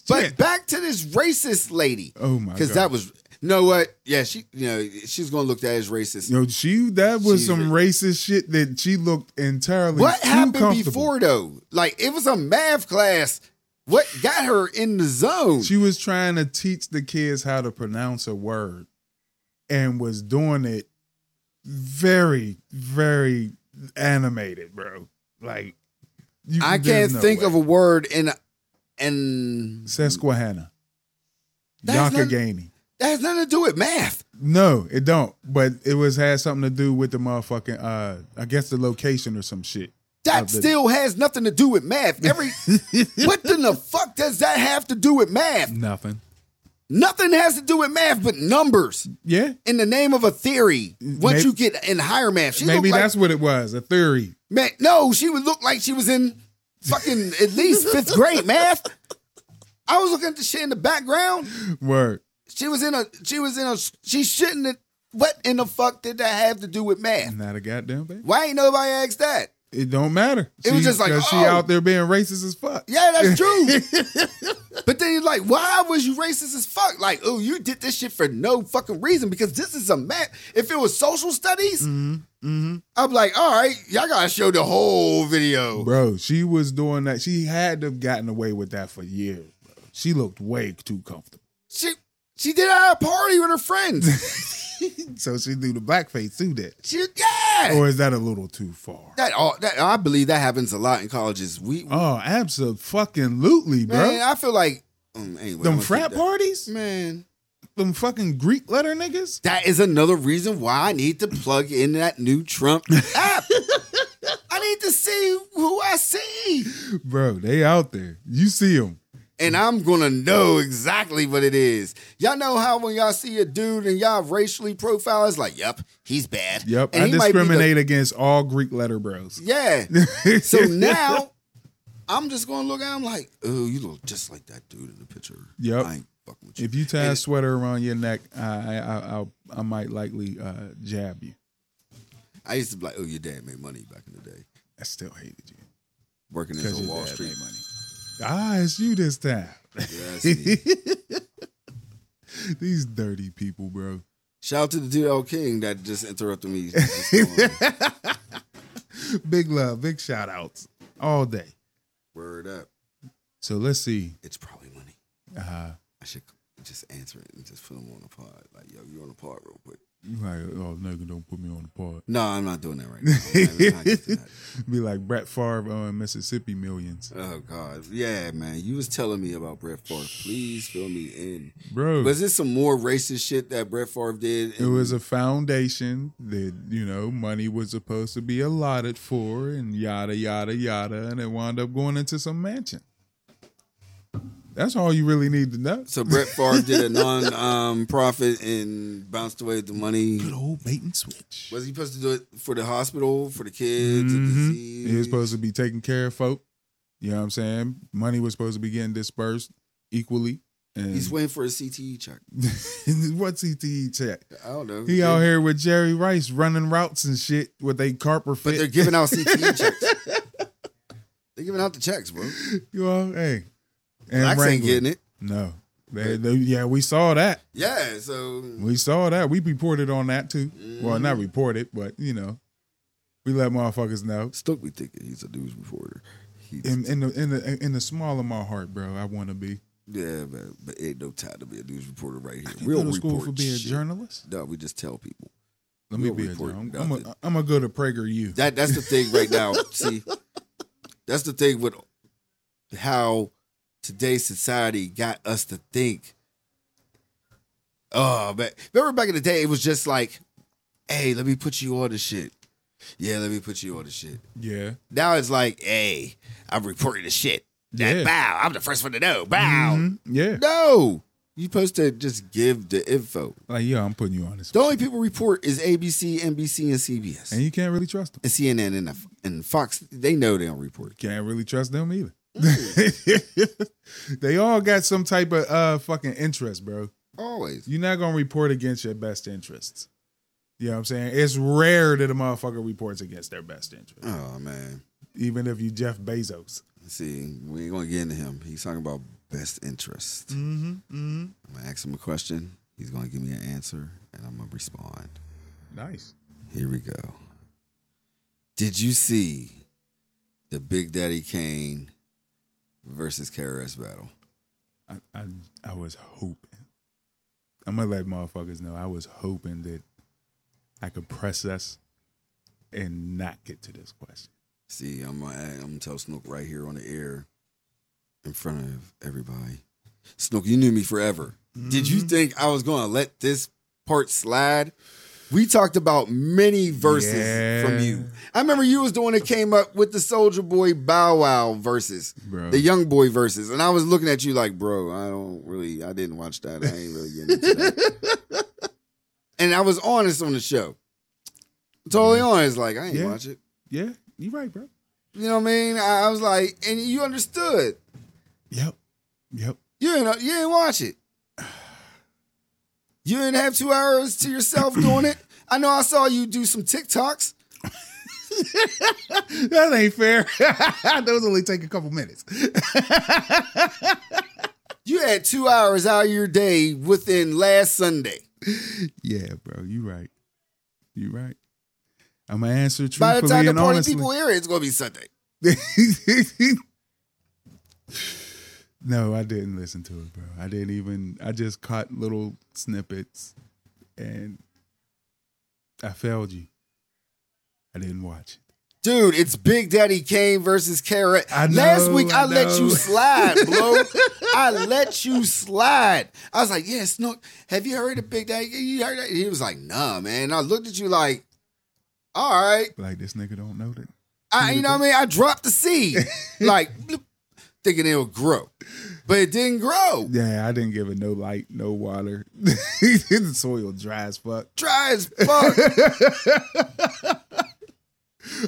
[SPEAKER 2] But
[SPEAKER 1] Shit.
[SPEAKER 2] back to this racist lady.
[SPEAKER 1] oh my god,
[SPEAKER 2] Because that was you know what? Yeah, she you know, she's gonna look at it as racist.
[SPEAKER 1] Yo, she that was
[SPEAKER 2] She's
[SPEAKER 1] some racist shit that she looked entirely.
[SPEAKER 2] what
[SPEAKER 1] too
[SPEAKER 2] happened
[SPEAKER 1] comfortable.
[SPEAKER 2] before though? Like it was a math class. What got her in the zone?
[SPEAKER 1] She was trying to teach the kids how to pronounce a word, and was doing it very, very animated, bro. Like you,
[SPEAKER 2] I
[SPEAKER 1] there's
[SPEAKER 2] can't
[SPEAKER 1] no
[SPEAKER 2] think
[SPEAKER 1] way.
[SPEAKER 2] of a word in and
[SPEAKER 1] Susquehanna,
[SPEAKER 2] That's not-
[SPEAKER 1] Yakagani.
[SPEAKER 2] that has nothing to do with math.
[SPEAKER 1] No, it don't. But it was had something to do with the motherfucking. Uh, I guess the location or some shit.
[SPEAKER 2] That
[SPEAKER 1] Of the-
[SPEAKER 2] still has nothing to do with math. Every what in the fuck does that have to do with math?
[SPEAKER 1] Nothing.
[SPEAKER 2] Nothing has to do with math but numbers
[SPEAKER 1] Yeah.
[SPEAKER 2] in the name of a theory. Once
[SPEAKER 1] Maybe-
[SPEAKER 2] you get in higher math, she
[SPEAKER 1] Maybe
[SPEAKER 2] looked like,
[SPEAKER 1] that's what it was. A theory.
[SPEAKER 2] man. No, she would look like she was in fucking at least fifth grade math. I was looking at the shit in the background.
[SPEAKER 1] Word.
[SPEAKER 2] She was in a. She was in a. She shouldn't. have What in the fuck did that have to do with math?
[SPEAKER 1] Not a goddamn thing.
[SPEAKER 2] Why ain't nobody asked that?
[SPEAKER 1] It don't matter.
[SPEAKER 2] It was just like,
[SPEAKER 1] 'cause she
[SPEAKER 2] oh.
[SPEAKER 1] out there being racist as fuck.
[SPEAKER 2] Yeah, that's true. but then you're like, why was you racist as fuck? Like, oh, you did this shit for no fucking reason because this is a math. If it was social studies,
[SPEAKER 1] Mm-hmm,
[SPEAKER 2] I'm like, all right, y'all gotta show the whole video.
[SPEAKER 1] Bro, she was doing that. She had to have gotten away with that for years, bro. She looked way too comfortable.
[SPEAKER 2] She she did it at a party with her friends.
[SPEAKER 1] So she do the blackface too that.
[SPEAKER 2] she yeah.
[SPEAKER 1] Or is that a little too far?
[SPEAKER 2] that all that I believe that happens a lot in colleges. We
[SPEAKER 1] Oh, absolutely, bro.
[SPEAKER 2] man, I feel like um, anyway,
[SPEAKER 1] Them
[SPEAKER 2] I'm gonna
[SPEAKER 1] frat
[SPEAKER 2] keep that.
[SPEAKER 1] parties?
[SPEAKER 2] man.
[SPEAKER 1] Them fucking Greek letter niggas?
[SPEAKER 2] That is another reason why I need to plug in that new Trump app. I need to see who I see.
[SPEAKER 1] Bro, they out there. You see them.
[SPEAKER 2] And I'm gonna know exactly what it is. Y'all know how when y'all see a dude and y'all racially profile, it's like, yep, he's bad.
[SPEAKER 1] Yep.
[SPEAKER 2] And
[SPEAKER 1] I
[SPEAKER 2] he might be the-
[SPEAKER 1] discriminate against all Greek letter bros.
[SPEAKER 2] yeah. So now I'm just gonna look at him like, oh, you look just like that dude in the picture.
[SPEAKER 1] Yep.
[SPEAKER 2] I ain't fucking with you.
[SPEAKER 1] If you tie
[SPEAKER 2] And
[SPEAKER 1] a
[SPEAKER 2] it-
[SPEAKER 1] sweater around your neck, I I I, I, I might likely uh, jab you.
[SPEAKER 2] I used to be like, oh, your dad made money back in the day.
[SPEAKER 1] I still hated you
[SPEAKER 2] Working as
[SPEAKER 1] because
[SPEAKER 2] a
[SPEAKER 1] your
[SPEAKER 2] Wall
[SPEAKER 1] dad
[SPEAKER 2] Street.
[SPEAKER 1] made money. Ah, it's you this time.
[SPEAKER 2] Yeah, I see.
[SPEAKER 1] These dirty people, bro.
[SPEAKER 2] Shout out to the dude L King that just interrupted me. Just going,
[SPEAKER 1] Big love, big shout outs all day.
[SPEAKER 2] Word up.
[SPEAKER 1] So let's see.
[SPEAKER 2] It's probably money.
[SPEAKER 1] Uh,
[SPEAKER 2] I should just answer it and just put them on the pod. Like, yo, you on the pod real quick.
[SPEAKER 1] you like, oh nigga, don't put me on the pod.
[SPEAKER 2] No, I'm not doing that right now. I'm not getting that.
[SPEAKER 1] Be like Brett Favre on Mississippi Millions,
[SPEAKER 2] Oh God, yeah, man. You was telling me about Brett Favre. Please fill me in.
[SPEAKER 1] bro.
[SPEAKER 2] Was this some more racist shit that Brett Favre did?
[SPEAKER 1] It was a foundation that, you know, money was supposed to be allotted for and yada, yada, yada. And it wound up going into some mansion. That's all you really need to know.
[SPEAKER 2] so Brett Favre did a non-profit and bounced away the money.
[SPEAKER 1] Good old bait and switch.
[SPEAKER 2] Was he supposed to do it for the hospital, for the kids, the
[SPEAKER 1] Mhm.
[SPEAKER 2] disease?
[SPEAKER 1] He was supposed to be taking care of folk. You know what I'm saying? Money was supposed to be getting dispersed equally. And
[SPEAKER 2] He's waiting for a CTE check.
[SPEAKER 1] what's ETE check?
[SPEAKER 2] I don't know.
[SPEAKER 1] He out here with Jerry Rice running routes and shit with a carper
[SPEAKER 2] But they're
[SPEAKER 1] fit.
[SPEAKER 2] giving out CTE checks. They're giving out the checks, bro.
[SPEAKER 1] You know, hey. And
[SPEAKER 2] Blacks ain't
[SPEAKER 1] Wrangler.
[SPEAKER 2] getting it.
[SPEAKER 1] No. They- they- yeah, we saw that.
[SPEAKER 2] Yeah, so
[SPEAKER 1] We saw that. We reported on that too. Well,
[SPEAKER 2] Mm-hmm.
[SPEAKER 1] not reported, but you know, we let motherfuckers know.
[SPEAKER 2] Stoke be thinking he's a news reporter. He,
[SPEAKER 1] In, in the in the in the small of my heart, bro, I want to be.
[SPEAKER 2] yeah, man, but ain't no time to be a news reporter right here.
[SPEAKER 1] You
[SPEAKER 2] Real
[SPEAKER 1] go to school
[SPEAKER 2] report
[SPEAKER 1] for being
[SPEAKER 2] shit.
[SPEAKER 1] a journalist.
[SPEAKER 2] No, we just tell people.
[SPEAKER 1] Let
[SPEAKER 2] We'll
[SPEAKER 1] me be a
[SPEAKER 2] report
[SPEAKER 1] journalist. I'm
[SPEAKER 2] nothing.
[SPEAKER 1] gonna I'm gonna go to PragerU.
[SPEAKER 2] That that's the thing right now. See, that's the thing with how today's society got us to think. Oh man, remember back in the day, it was just like, "Hey, let me put you on the shit." Yeah, let me put you on the shit.
[SPEAKER 1] Yeah,
[SPEAKER 2] Now it's like, "Hey, I'm reporting the shit." That
[SPEAKER 1] Yeah. Mm-hmm.
[SPEAKER 2] bow. I'm the first one to know. Bow.
[SPEAKER 1] Yeah.
[SPEAKER 2] No. You're supposed to just give the info.
[SPEAKER 1] Like, yeah, I'm putting you on this.
[SPEAKER 2] The only people report is ABC, NBC, and CBS.
[SPEAKER 1] And you can't really trust them.
[SPEAKER 2] and CNN and, and Fox, they know they don't report.
[SPEAKER 1] Can't really trust them either.
[SPEAKER 2] Mm.
[SPEAKER 1] they all got some type of uh fucking interest, bro.
[SPEAKER 2] Always.
[SPEAKER 1] You're not gonna report against your best interests. You know what I'm saying? It's rare that a motherfucker reports against their best interest,
[SPEAKER 2] Oh, man.
[SPEAKER 1] even if you Jeff Bezos.
[SPEAKER 2] See, we ain't going to get into him. He's talking about best interest.
[SPEAKER 1] Mm-hmm. Mm-hmm.
[SPEAKER 2] I'm going to ask him a question. He's going to give me an answer, and I'm going to respond.
[SPEAKER 1] Nice.
[SPEAKER 2] Here we go. Did you see the Big Daddy Kane versus KRS battle?
[SPEAKER 1] I, I I was hoping. I'm gonna let motherfuckers know I was hoping that I could press us and not get to this question.
[SPEAKER 2] See, I'm gonna- I'm gonna tell Snook right here on the air, in front of everybody. Snook, you knew me forever. Did
[SPEAKER 1] Mm-hmm.
[SPEAKER 2] you think I was gonna let this part slide? We talked about many verses from
[SPEAKER 1] Yeah.
[SPEAKER 2] you. I remember you was the one that came up with the Soldier Boy Bow Wow verses,
[SPEAKER 1] Bro.
[SPEAKER 2] the Young Boy verses, and I was looking at you like, bro, I don't really, I didn't watch that. I ain't really getting into that. and I was honest on the show, totally honest. Like I ain't
[SPEAKER 1] Yeah.
[SPEAKER 2] watch it.
[SPEAKER 1] Yeah, you right, bro.
[SPEAKER 2] You know what I mean? I, I was like, and you understood.
[SPEAKER 1] Yep, yep.
[SPEAKER 2] You didn't, uh, you didn't watch it. You didn't have two hours to yourself doing it. I know I saw you do some TikToks.
[SPEAKER 1] That ain't fair. Those only take a couple minutes.
[SPEAKER 2] You had two hours out of your day within last Sunday.
[SPEAKER 1] Yeah, bro, you right. You right. I'm gonna answer
[SPEAKER 2] By the
[SPEAKER 1] truthfully
[SPEAKER 2] time the
[SPEAKER 1] and
[SPEAKER 2] party
[SPEAKER 1] honestly.
[SPEAKER 2] people hear it, it's going to be Sunday.
[SPEAKER 1] no, I didn't listen to it, bro. I didn't even. I just caught little snippets, and I failed you. I didn't watch it.
[SPEAKER 2] Dude, it's Big Daddy Kane versus Carrot.
[SPEAKER 1] I
[SPEAKER 2] Last
[SPEAKER 1] know,
[SPEAKER 2] week I,
[SPEAKER 1] I
[SPEAKER 2] let you
[SPEAKER 1] know.
[SPEAKER 2] slide, bro. I let you slide. I was like, "Yeah, Snook, have you heard of Big Daddy? You heard that?" He was like, "Nah, man." And I looked at you like, "All right."
[SPEAKER 1] Like this nigga don't know that.
[SPEAKER 2] I, you know what I mean? I dropped the seed, like bloop, thinking it'll grow, but it didn't grow.
[SPEAKER 1] Yeah, I didn't give it no light, no water. the soil dry as fuck.
[SPEAKER 2] Dry as fuck.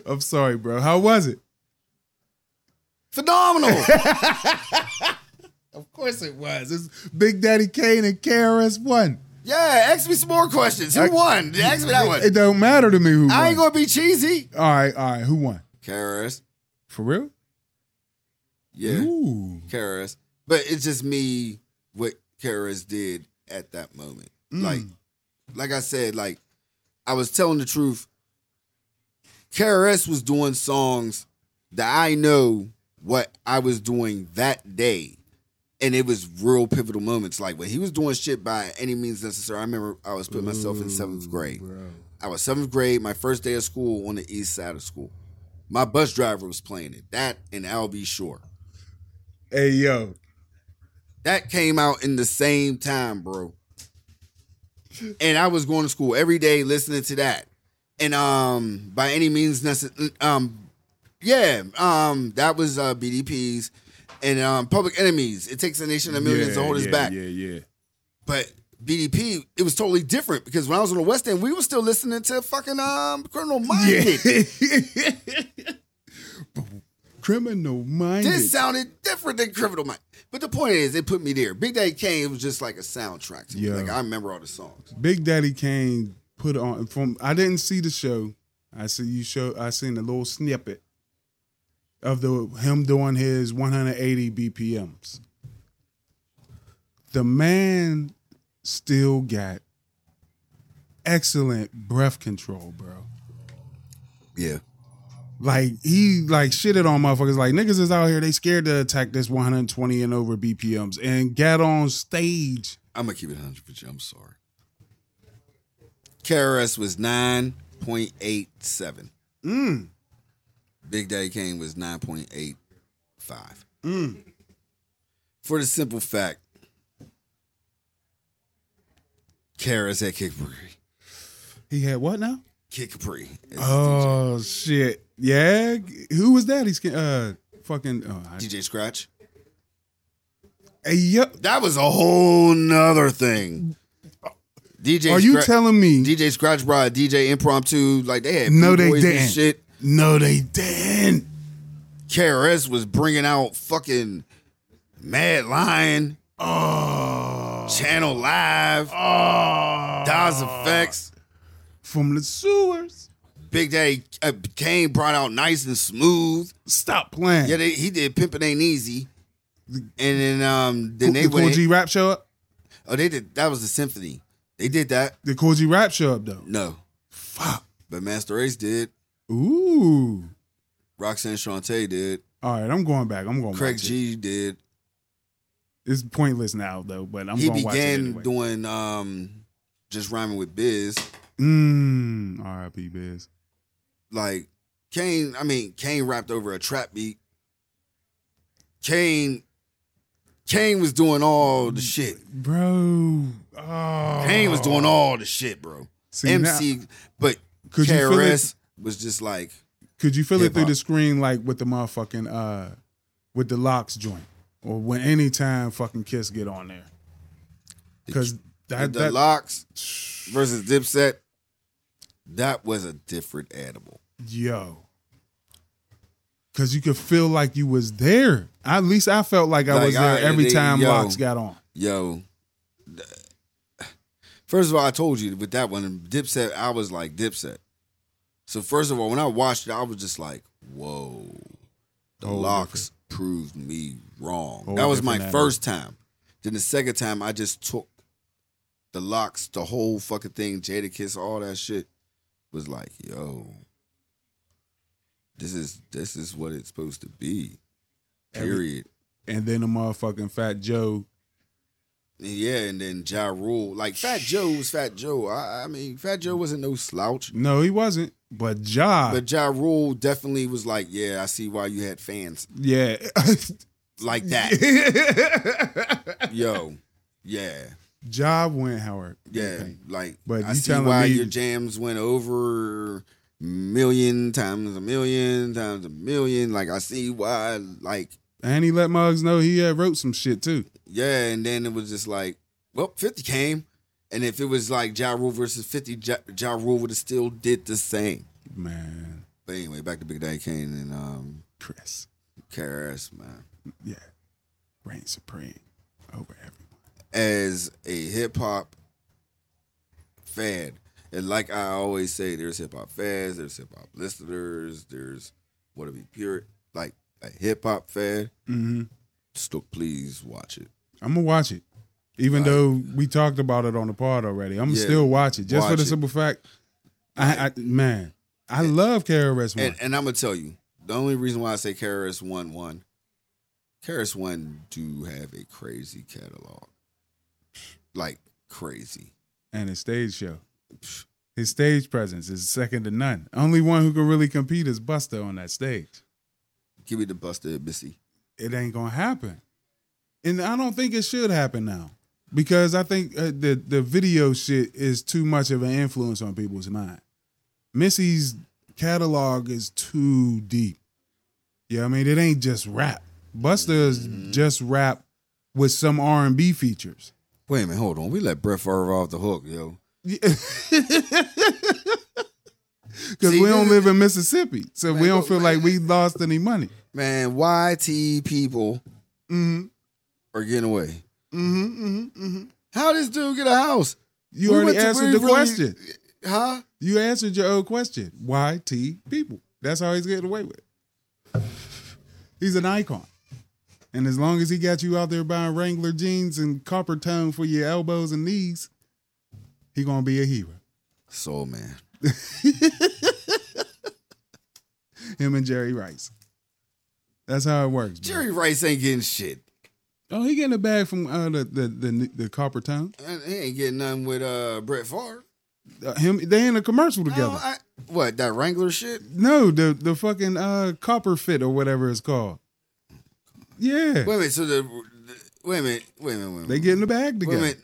[SPEAKER 1] I'm sorry, bro. How was it?
[SPEAKER 2] Phenomenal.
[SPEAKER 1] Of course it was. It's Big Daddy Kane and KRS One.
[SPEAKER 2] Yeah, ask me some more questions. Who won? Ask me that
[SPEAKER 1] It
[SPEAKER 2] one.
[SPEAKER 1] don't matter to me who.
[SPEAKER 2] I ain't
[SPEAKER 1] won.
[SPEAKER 2] gonna be cheesy.
[SPEAKER 1] All right, all right. Who won?
[SPEAKER 2] Karis.
[SPEAKER 1] For real?
[SPEAKER 2] Yeah.
[SPEAKER 1] Ooh.
[SPEAKER 2] Karis. But it's just me what Karis did at that moment. Like like I said, like I was telling the truth. Karis was doing songs that I know what I was doing that day. And it was real pivotal moments. Like when he was doing shit by any means necessary. I remember I was putting myself in seventh grade. I was seventh grade, my first day of school on the east side of school. My bus driver was playing it. That and LB Shore.
[SPEAKER 1] Hey yo.
[SPEAKER 2] That came out in the same time, bro. And I was going to school every day listening to that. And um by any means necessary um yeah, um that was uh BDPs and um Public Enemies. It takes a nation of millions to hold us back.
[SPEAKER 1] yeah.
[SPEAKER 2] But BDP, it was totally different because when I was on the West End, we were still listening to fucking um Criminal Minded.
[SPEAKER 1] Criminal minded.
[SPEAKER 2] This sounded different than Criminal Minded. But the point is, it put me there. Big Day Kane, it was just like a soundtrack to me.
[SPEAKER 1] Yeah.
[SPEAKER 2] Like I remember all the songs.
[SPEAKER 1] Big Daddy Kane put on from I didn't see the show. I see you show I seen a little snippet of the him doing his 180 BPMs. The man still got excellent breath control, bro.
[SPEAKER 2] Yeah.
[SPEAKER 1] Like he like shitted on motherfuckers. Like niggas is out here, they scared to attack this 120 and over BPMs and got on stage.
[SPEAKER 2] I'm gonna keep it 100 with you. I'm sorry. KRS was 9.87.
[SPEAKER 1] Mm.
[SPEAKER 2] Big Daddy Kane was 9.85.
[SPEAKER 1] Mm.
[SPEAKER 2] For the simple fact, KRS had Kid Capri.
[SPEAKER 1] He had what now?
[SPEAKER 2] Kid Capri. as his
[SPEAKER 1] Oh shit! Yeah, who was that? He's uh fucking. Oh, I,
[SPEAKER 2] DJ Scratch.
[SPEAKER 1] Hey, yep.
[SPEAKER 2] That was a whole nother thing. DJ,
[SPEAKER 1] Are you
[SPEAKER 2] Scra-
[SPEAKER 1] telling me?
[SPEAKER 2] DJ Scratch Bride, DJ Impromptu, like they had
[SPEAKER 1] No, they
[SPEAKER 2] b-boys and
[SPEAKER 1] didn't.
[SPEAKER 2] Shit,
[SPEAKER 1] no, they didn't.
[SPEAKER 2] KRS was bringing out fucking Mad Lion,
[SPEAKER 1] Oh,
[SPEAKER 2] Channel Live,
[SPEAKER 1] oh.
[SPEAKER 2] Daz Effects.
[SPEAKER 1] from the sewers.
[SPEAKER 2] Big Daddy uh, Kane brought out Nice and Smooth.
[SPEAKER 1] Stop playing.
[SPEAKER 2] Yeah, they, he did Pimpin' Ain't Easy. And then um then they
[SPEAKER 1] the Cool
[SPEAKER 2] went.
[SPEAKER 1] G rap show up.
[SPEAKER 2] oh, they did. That was the symphony. They did that.
[SPEAKER 1] The Cool G rap show up though.
[SPEAKER 2] No,
[SPEAKER 1] Fuck.
[SPEAKER 2] but Master Ace did.
[SPEAKER 1] Ooh.
[SPEAKER 2] Roxanne Shante did.
[SPEAKER 1] All right, I'm going back. I'm going.
[SPEAKER 2] Craig
[SPEAKER 1] watch It.
[SPEAKER 2] G did.
[SPEAKER 1] It's pointless now though, but I'm
[SPEAKER 2] he
[SPEAKER 1] going to watch it
[SPEAKER 2] began
[SPEAKER 1] anyway.
[SPEAKER 2] doing um just rhyming with Biz.
[SPEAKER 1] Mm, R.I.P. Biz.
[SPEAKER 2] Like Kane, I mean Kane rapped over a trap beat. Kane, Kane was doing all the shit.
[SPEAKER 1] Bro. Oh.
[SPEAKER 2] Kane was doing all the shit, bro.
[SPEAKER 1] See,
[SPEAKER 2] MC,
[SPEAKER 1] now-
[SPEAKER 2] but
[SPEAKER 1] Could you feel
[SPEAKER 2] KRS was just like
[SPEAKER 1] could you feel it through
[SPEAKER 2] hip-hop.
[SPEAKER 1] the screen like with the motherfucking uh with the locks joint? Or when anytime fucking Kiss get on there. Because that,
[SPEAKER 2] the
[SPEAKER 1] that
[SPEAKER 2] locks versus Dipset. That was a different animal.
[SPEAKER 1] yo. Cause you could feel like you was there. At least I felt like I
[SPEAKER 2] Like,
[SPEAKER 1] was there
[SPEAKER 2] I-
[SPEAKER 1] every
[SPEAKER 2] they-
[SPEAKER 1] time
[SPEAKER 2] yo.
[SPEAKER 1] locks got on.
[SPEAKER 2] Yo. th- First of all, I told you with that one, Dipset, I was like Dipset. So first of all, when I watched it, I was just like, whoa. The
[SPEAKER 1] Whole
[SPEAKER 2] locks proved me wrong.
[SPEAKER 1] Whole
[SPEAKER 2] that was my
[SPEAKER 1] different animal.
[SPEAKER 2] first time. Then the second time I just took the locks, the whole fucking thing, Jada Kiss, all that shit. Was like, yo, this is this is what it's supposed to be.
[SPEAKER 1] Every-
[SPEAKER 2] Period.
[SPEAKER 1] And then the motherfucking Fat Joe.
[SPEAKER 2] Yeah, and then Ja Rule. Like Fat Joe was Fat Joe. I, I mean, Fat Joe wasn't no slouch.
[SPEAKER 1] No, he wasn't. But Ja.
[SPEAKER 2] But Ja Rule definitely was like, yeah, I see why you had fans
[SPEAKER 1] yeah.
[SPEAKER 2] like that. Yo, yeah,
[SPEAKER 1] Ja went Howard.
[SPEAKER 2] yeah. Like,
[SPEAKER 1] But
[SPEAKER 2] I
[SPEAKER 1] you
[SPEAKER 2] see
[SPEAKER 1] telling
[SPEAKER 2] why
[SPEAKER 1] me-
[SPEAKER 2] your jams went over million times a million times a million. Like, I see why, like,
[SPEAKER 1] And he let Muggs know he had wrote some shit too.
[SPEAKER 2] Yeah, and then it was just like, well, 50 came. And if it was like Ja Rule versus 50, Ja, ja Rule would have still did the same.
[SPEAKER 1] Man,
[SPEAKER 2] But anyway, back to Big Daddy Kane and um,
[SPEAKER 1] Chris.
[SPEAKER 2] KRS, man.
[SPEAKER 1] Yeah. Reign supreme over everyone.
[SPEAKER 2] As a hip hop fan, and like I always say, there's hip hop fans, there's hip hop listeners, there's what to be pure, like a hip hop fan,
[SPEAKER 1] Mm-hmm.
[SPEAKER 2] still please watch it.
[SPEAKER 1] I'm gonna watch it. Even though we talked about it on the pod already, I'm
[SPEAKER 2] Yeah.
[SPEAKER 1] gonna still watch it just for
[SPEAKER 2] Watch
[SPEAKER 1] the
[SPEAKER 2] it.
[SPEAKER 1] simple fact. I, I man, I love KRS One.
[SPEAKER 2] And, and I'm gonna tell you, the only reason why I say Karis One One, Karis One do have a crazy catalog, like crazy.
[SPEAKER 1] and his stage show. His stage presence is second to none. Only one who can really compete is Buster on that stage.
[SPEAKER 2] Give me the Buster Missy.
[SPEAKER 1] It ain't gonna happen, and I don't think it should happen now because I think uh, the the video shit is too much of an influence on people's mind. Missy's catalog is too deep. Yeah, I mean it ain't just rap. Buster's just rap with some R and B features.
[SPEAKER 2] Wait a minute, hold on. We let Brett Favre off the hook, yo.
[SPEAKER 1] Because
[SPEAKER 2] See,
[SPEAKER 1] we don't
[SPEAKER 2] this
[SPEAKER 1] live in Mississippi, so we don't feel like we lost any money.
[SPEAKER 2] Man, YT people Mm-hmm. are getting away. How this dude get a house?
[SPEAKER 1] You
[SPEAKER 2] Mm-hmm, We
[SPEAKER 1] already
[SPEAKER 2] went to-
[SPEAKER 1] answered
[SPEAKER 2] we
[SPEAKER 1] the
[SPEAKER 2] really-
[SPEAKER 1] question.
[SPEAKER 2] Huh?
[SPEAKER 1] You answered your old question. YT people. That's how he's getting away with. it. He's an icon. And as long as he got you out there buying Wrangler jeans and copper tone for your elbows and knees, he gonna be a hero.
[SPEAKER 2] Soul man.
[SPEAKER 1] Him and Jerry Rice. That's how it works. bro.
[SPEAKER 2] Jerry Rice ain't getting shit.
[SPEAKER 1] Oh, he getting a bag from uh, the, the the the copper tone.
[SPEAKER 2] And Uh, He ain't getting nothing with uh Brett Favre.
[SPEAKER 1] Uh, him they in a commercial together.
[SPEAKER 2] No, I, what, that Wrangler shit?
[SPEAKER 1] No, the the fucking uh copper fit or whatever it's called. Yeah.
[SPEAKER 2] Wait a minute. So the, the- wait a minute. Wait a minute. Wait a minute.
[SPEAKER 1] they get in the bag
[SPEAKER 2] wait a
[SPEAKER 1] together.
[SPEAKER 2] minute.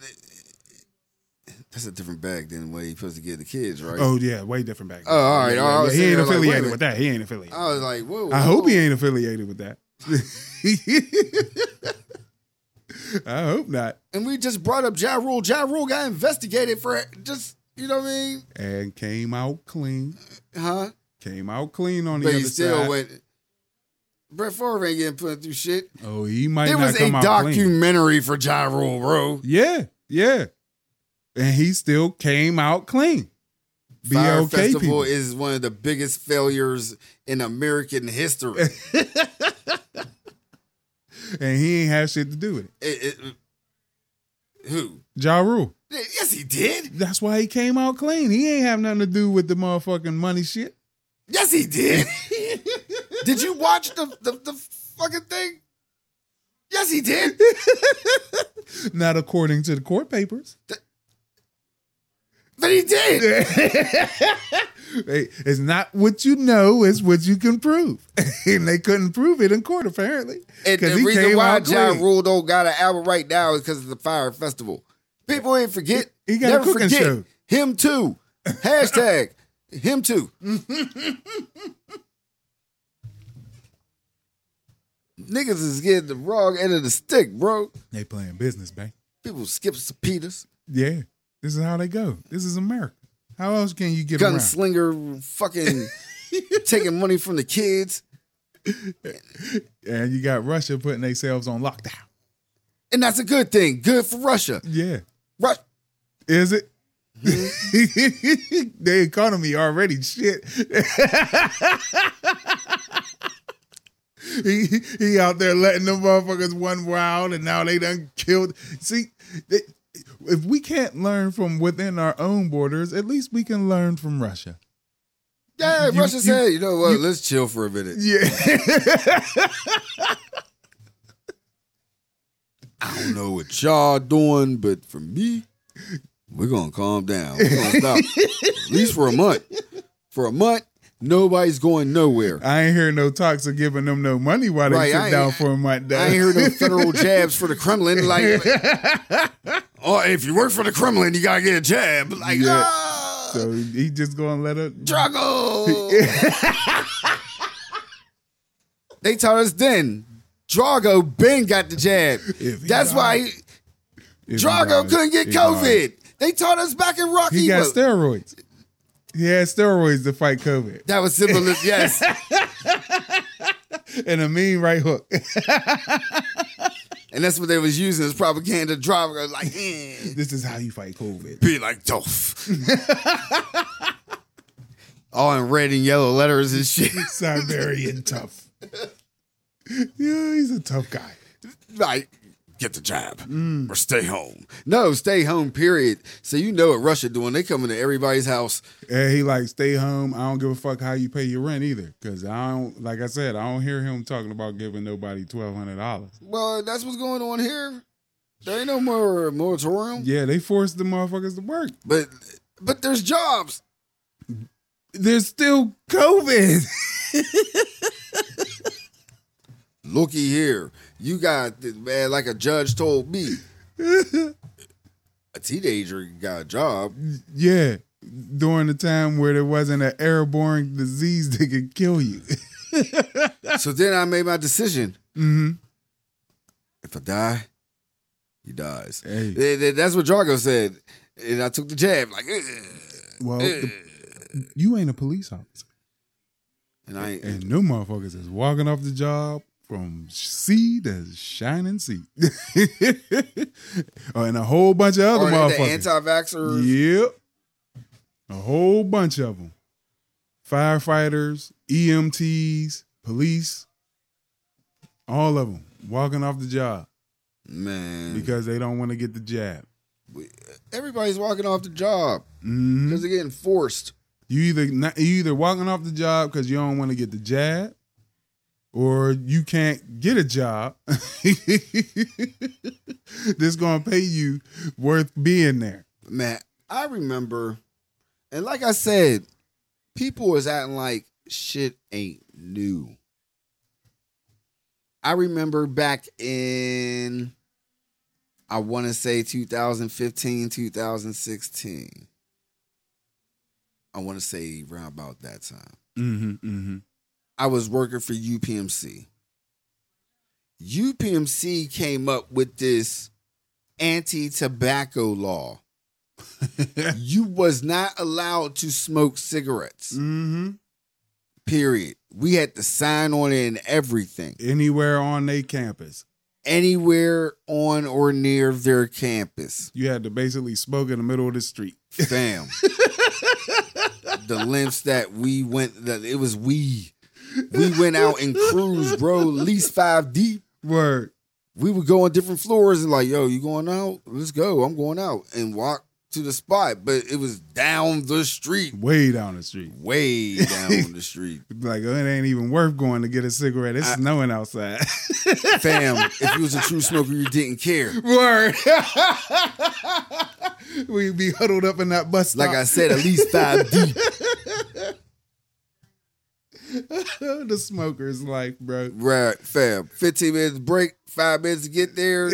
[SPEAKER 2] That's a different bag than what you're supposed to give the kids, right?
[SPEAKER 1] Oh yeah, way different bag.
[SPEAKER 2] Oh, all right. I was
[SPEAKER 1] he ain't
[SPEAKER 2] sitting there like, wait a
[SPEAKER 1] affiliated
[SPEAKER 2] minute. Oh.
[SPEAKER 1] with that. He ain't affiliated.
[SPEAKER 2] I was like, whoa.
[SPEAKER 1] I hope
[SPEAKER 2] whoa.
[SPEAKER 1] he ain't affiliated with that. I hope not.
[SPEAKER 2] And we just brought up Ja Rule. Ja Rule got investigated for just, you know what I mean?
[SPEAKER 1] And came out clean.
[SPEAKER 2] Huh?
[SPEAKER 1] Came out clean on the
[SPEAKER 2] But
[SPEAKER 1] other
[SPEAKER 2] he still
[SPEAKER 1] side.
[SPEAKER 2] went. Brett Favre ain't getting put through shit.
[SPEAKER 1] Oh, he might
[SPEAKER 2] There
[SPEAKER 1] not
[SPEAKER 2] was a
[SPEAKER 1] come out clean.
[SPEAKER 2] documentary for Ja Rule, bro.
[SPEAKER 1] Yeah, yeah. And he still came out clean.
[SPEAKER 2] Fire
[SPEAKER 1] BLK
[SPEAKER 2] Festival
[SPEAKER 1] people.
[SPEAKER 2] is one of the biggest failures in American history. it,
[SPEAKER 1] and he ain't had shit to do with it.
[SPEAKER 2] it- who?
[SPEAKER 1] Ja Rule.
[SPEAKER 2] Yes, he did.
[SPEAKER 1] That's why he came out clean. He ain't have nothing to do with the motherfucking money shit.
[SPEAKER 2] Yes, he did. did you watch the, the the fucking thing? Yes, he did.
[SPEAKER 1] Not according to the court papers.
[SPEAKER 2] But he did.
[SPEAKER 1] Hey, It's not what you know, it's what you can prove. and they couldn't prove it in court, apparently.
[SPEAKER 2] And
[SPEAKER 1] 'Cause
[SPEAKER 2] the
[SPEAKER 1] he
[SPEAKER 2] reason
[SPEAKER 1] came
[SPEAKER 2] why
[SPEAKER 1] out
[SPEAKER 2] Ja
[SPEAKER 1] clean.
[SPEAKER 2] Rule don't got an album right now is because of the Fire Festival. People ain't forget.
[SPEAKER 1] He- he got a
[SPEAKER 2] never
[SPEAKER 1] cooking
[SPEAKER 2] forget.
[SPEAKER 1] show.
[SPEAKER 2] Him too. Hashtag him too. Niggas is getting the wrong end of the stick, bro.
[SPEAKER 1] They playing business, man.
[SPEAKER 2] People skip subpoenas.
[SPEAKER 1] Yeah. This is how they go. This is America. How else can you get around?
[SPEAKER 2] Gunslinger fucking taking money from the kids.
[SPEAKER 1] and you got Russia putting themselves on lockdown.
[SPEAKER 2] And that's a good thing. Good for Russia.
[SPEAKER 1] Yeah.
[SPEAKER 2] Ru-
[SPEAKER 1] Is it?
[SPEAKER 2] Mm-hmm.
[SPEAKER 1] the economy already shit. he, he out there letting them motherfuckers one wild and now they done killed. See, they, if we can't learn from within our own borders, at least we can learn from Russia.
[SPEAKER 2] yeah,
[SPEAKER 1] You-
[SPEAKER 2] Russia
[SPEAKER 1] you-
[SPEAKER 2] said, you know what? Let's chill for a minute.
[SPEAKER 1] Yeah.
[SPEAKER 2] I don't know what y'all doing, but for me, we're gonna calm down. We're gonna stop at least for a month. For a month, nobody's going nowhere.
[SPEAKER 1] I ain't hear no talks of giving them no money while they
[SPEAKER 2] Right, I
[SPEAKER 1] sit
[SPEAKER 2] ain't-
[SPEAKER 1] down for a month.
[SPEAKER 2] I ain't hear no federal jabs for the Kremlin. Like, oh, if you work for the Kremlin, you gotta get a jab. Like,
[SPEAKER 1] Yeah.
[SPEAKER 2] ah,
[SPEAKER 1] So he just gonna let her.
[SPEAKER 2] Drago. they taught us then. Drago Ben got the jab.
[SPEAKER 1] If he
[SPEAKER 2] That's
[SPEAKER 1] died-
[SPEAKER 2] why he,
[SPEAKER 1] If he
[SPEAKER 2] Drago
[SPEAKER 1] dies,
[SPEAKER 2] couldn't get
[SPEAKER 1] he dies.
[SPEAKER 2] COVID. They taught us back in Rocky.
[SPEAKER 1] He got
[SPEAKER 2] Well,
[SPEAKER 1] steroids. He had steroids to fight COVID
[SPEAKER 2] That was symbolism. Yes.
[SPEAKER 1] and a mean right hook.
[SPEAKER 2] And that's what they was using as propaganda driver. Like, eh,
[SPEAKER 1] this is how you fight COVID.
[SPEAKER 2] be like Dolph. All in red and yellow letters and shit.
[SPEAKER 1] Siberian tough. Yeah, he's a tough guy.
[SPEAKER 2] like, get the job or stay home. No, stay home, period. So you know what Russia doing. They coming to everybody's house.
[SPEAKER 1] And he like stay home. I don't give a fuck how you pay your rent either, because I don't. Like I said, I don't hear him talking about giving nobody twelve hundred dollars.
[SPEAKER 2] Well, that's what's going on here. There ain't no more moratorium.
[SPEAKER 1] Yeah, they forced the motherfuckers to work.
[SPEAKER 2] But but there's jobs.
[SPEAKER 1] There's still COVID.
[SPEAKER 2] looky here, you got th- man, like a judge told me. a teenager got a job.
[SPEAKER 1] yeah, during the time where there wasn't an airborne disease that could kill you.
[SPEAKER 2] So then I made my decision.
[SPEAKER 1] hmm
[SPEAKER 2] If I die, he dies.
[SPEAKER 1] Hey.
[SPEAKER 2] Th- th- That's what Drago said. And I took the jab, like, "Ugh."
[SPEAKER 1] Well, the, you ain't a police officer.
[SPEAKER 2] and I ain't,
[SPEAKER 1] And no motherfuckers is walking off the job from sea to shining sea. oh, and a whole bunch of other
[SPEAKER 2] or the
[SPEAKER 1] motherfuckers.
[SPEAKER 2] anti-vaxxer.
[SPEAKER 1] yep. A whole bunch of them. Firefighters, EMTs, police, all of them walking off the job
[SPEAKER 2] Man,
[SPEAKER 1] because they don't want to get the jab.
[SPEAKER 2] everybody's walking off the job
[SPEAKER 1] Mhm.
[SPEAKER 2] because they're getting forced.
[SPEAKER 1] You either not, you either walking off the job because you don't want to get the jab, or you can't get a job that's gonna pay you worth being there.
[SPEAKER 2] Man, I remember, and like I said, people was acting like shit ain't new. I remember back in, I want to say 2015, 2016. I want to say around about that time.
[SPEAKER 1] Mm-hmm, mm-hmm.
[SPEAKER 2] I was working for UPMC. UPMC came up with this anti-tobacco law. you was not allowed to smoke cigarettes.
[SPEAKER 1] Mm-hmm.
[SPEAKER 2] Period. We had to sign on in everything
[SPEAKER 1] Anywhere on their campus,
[SPEAKER 2] anywhere on or near their campus.
[SPEAKER 1] you had to basically smoke in the middle of the street.
[SPEAKER 2] Fam. the lengths that we went that it was we. We went out and cruised, bro, at least five deep.
[SPEAKER 1] Word.
[SPEAKER 2] We would go on different floors and like, yo, you going out? Let's go. I'm going out and walk to the spot. But it was down the street.
[SPEAKER 1] Way down the street.
[SPEAKER 2] Way down the street.
[SPEAKER 1] Like, oh, it ain't even worth going to get a cigarette. It's
[SPEAKER 2] I-
[SPEAKER 1] snowing outside.
[SPEAKER 2] Fam, if you was a true smoker, you didn't care.
[SPEAKER 1] Word. We'd be huddled up in that bus stop.
[SPEAKER 2] Like I said, at least five deep.
[SPEAKER 1] the smoker's life, bro.
[SPEAKER 2] Right, fam. 15 minutes break, five minutes to get there,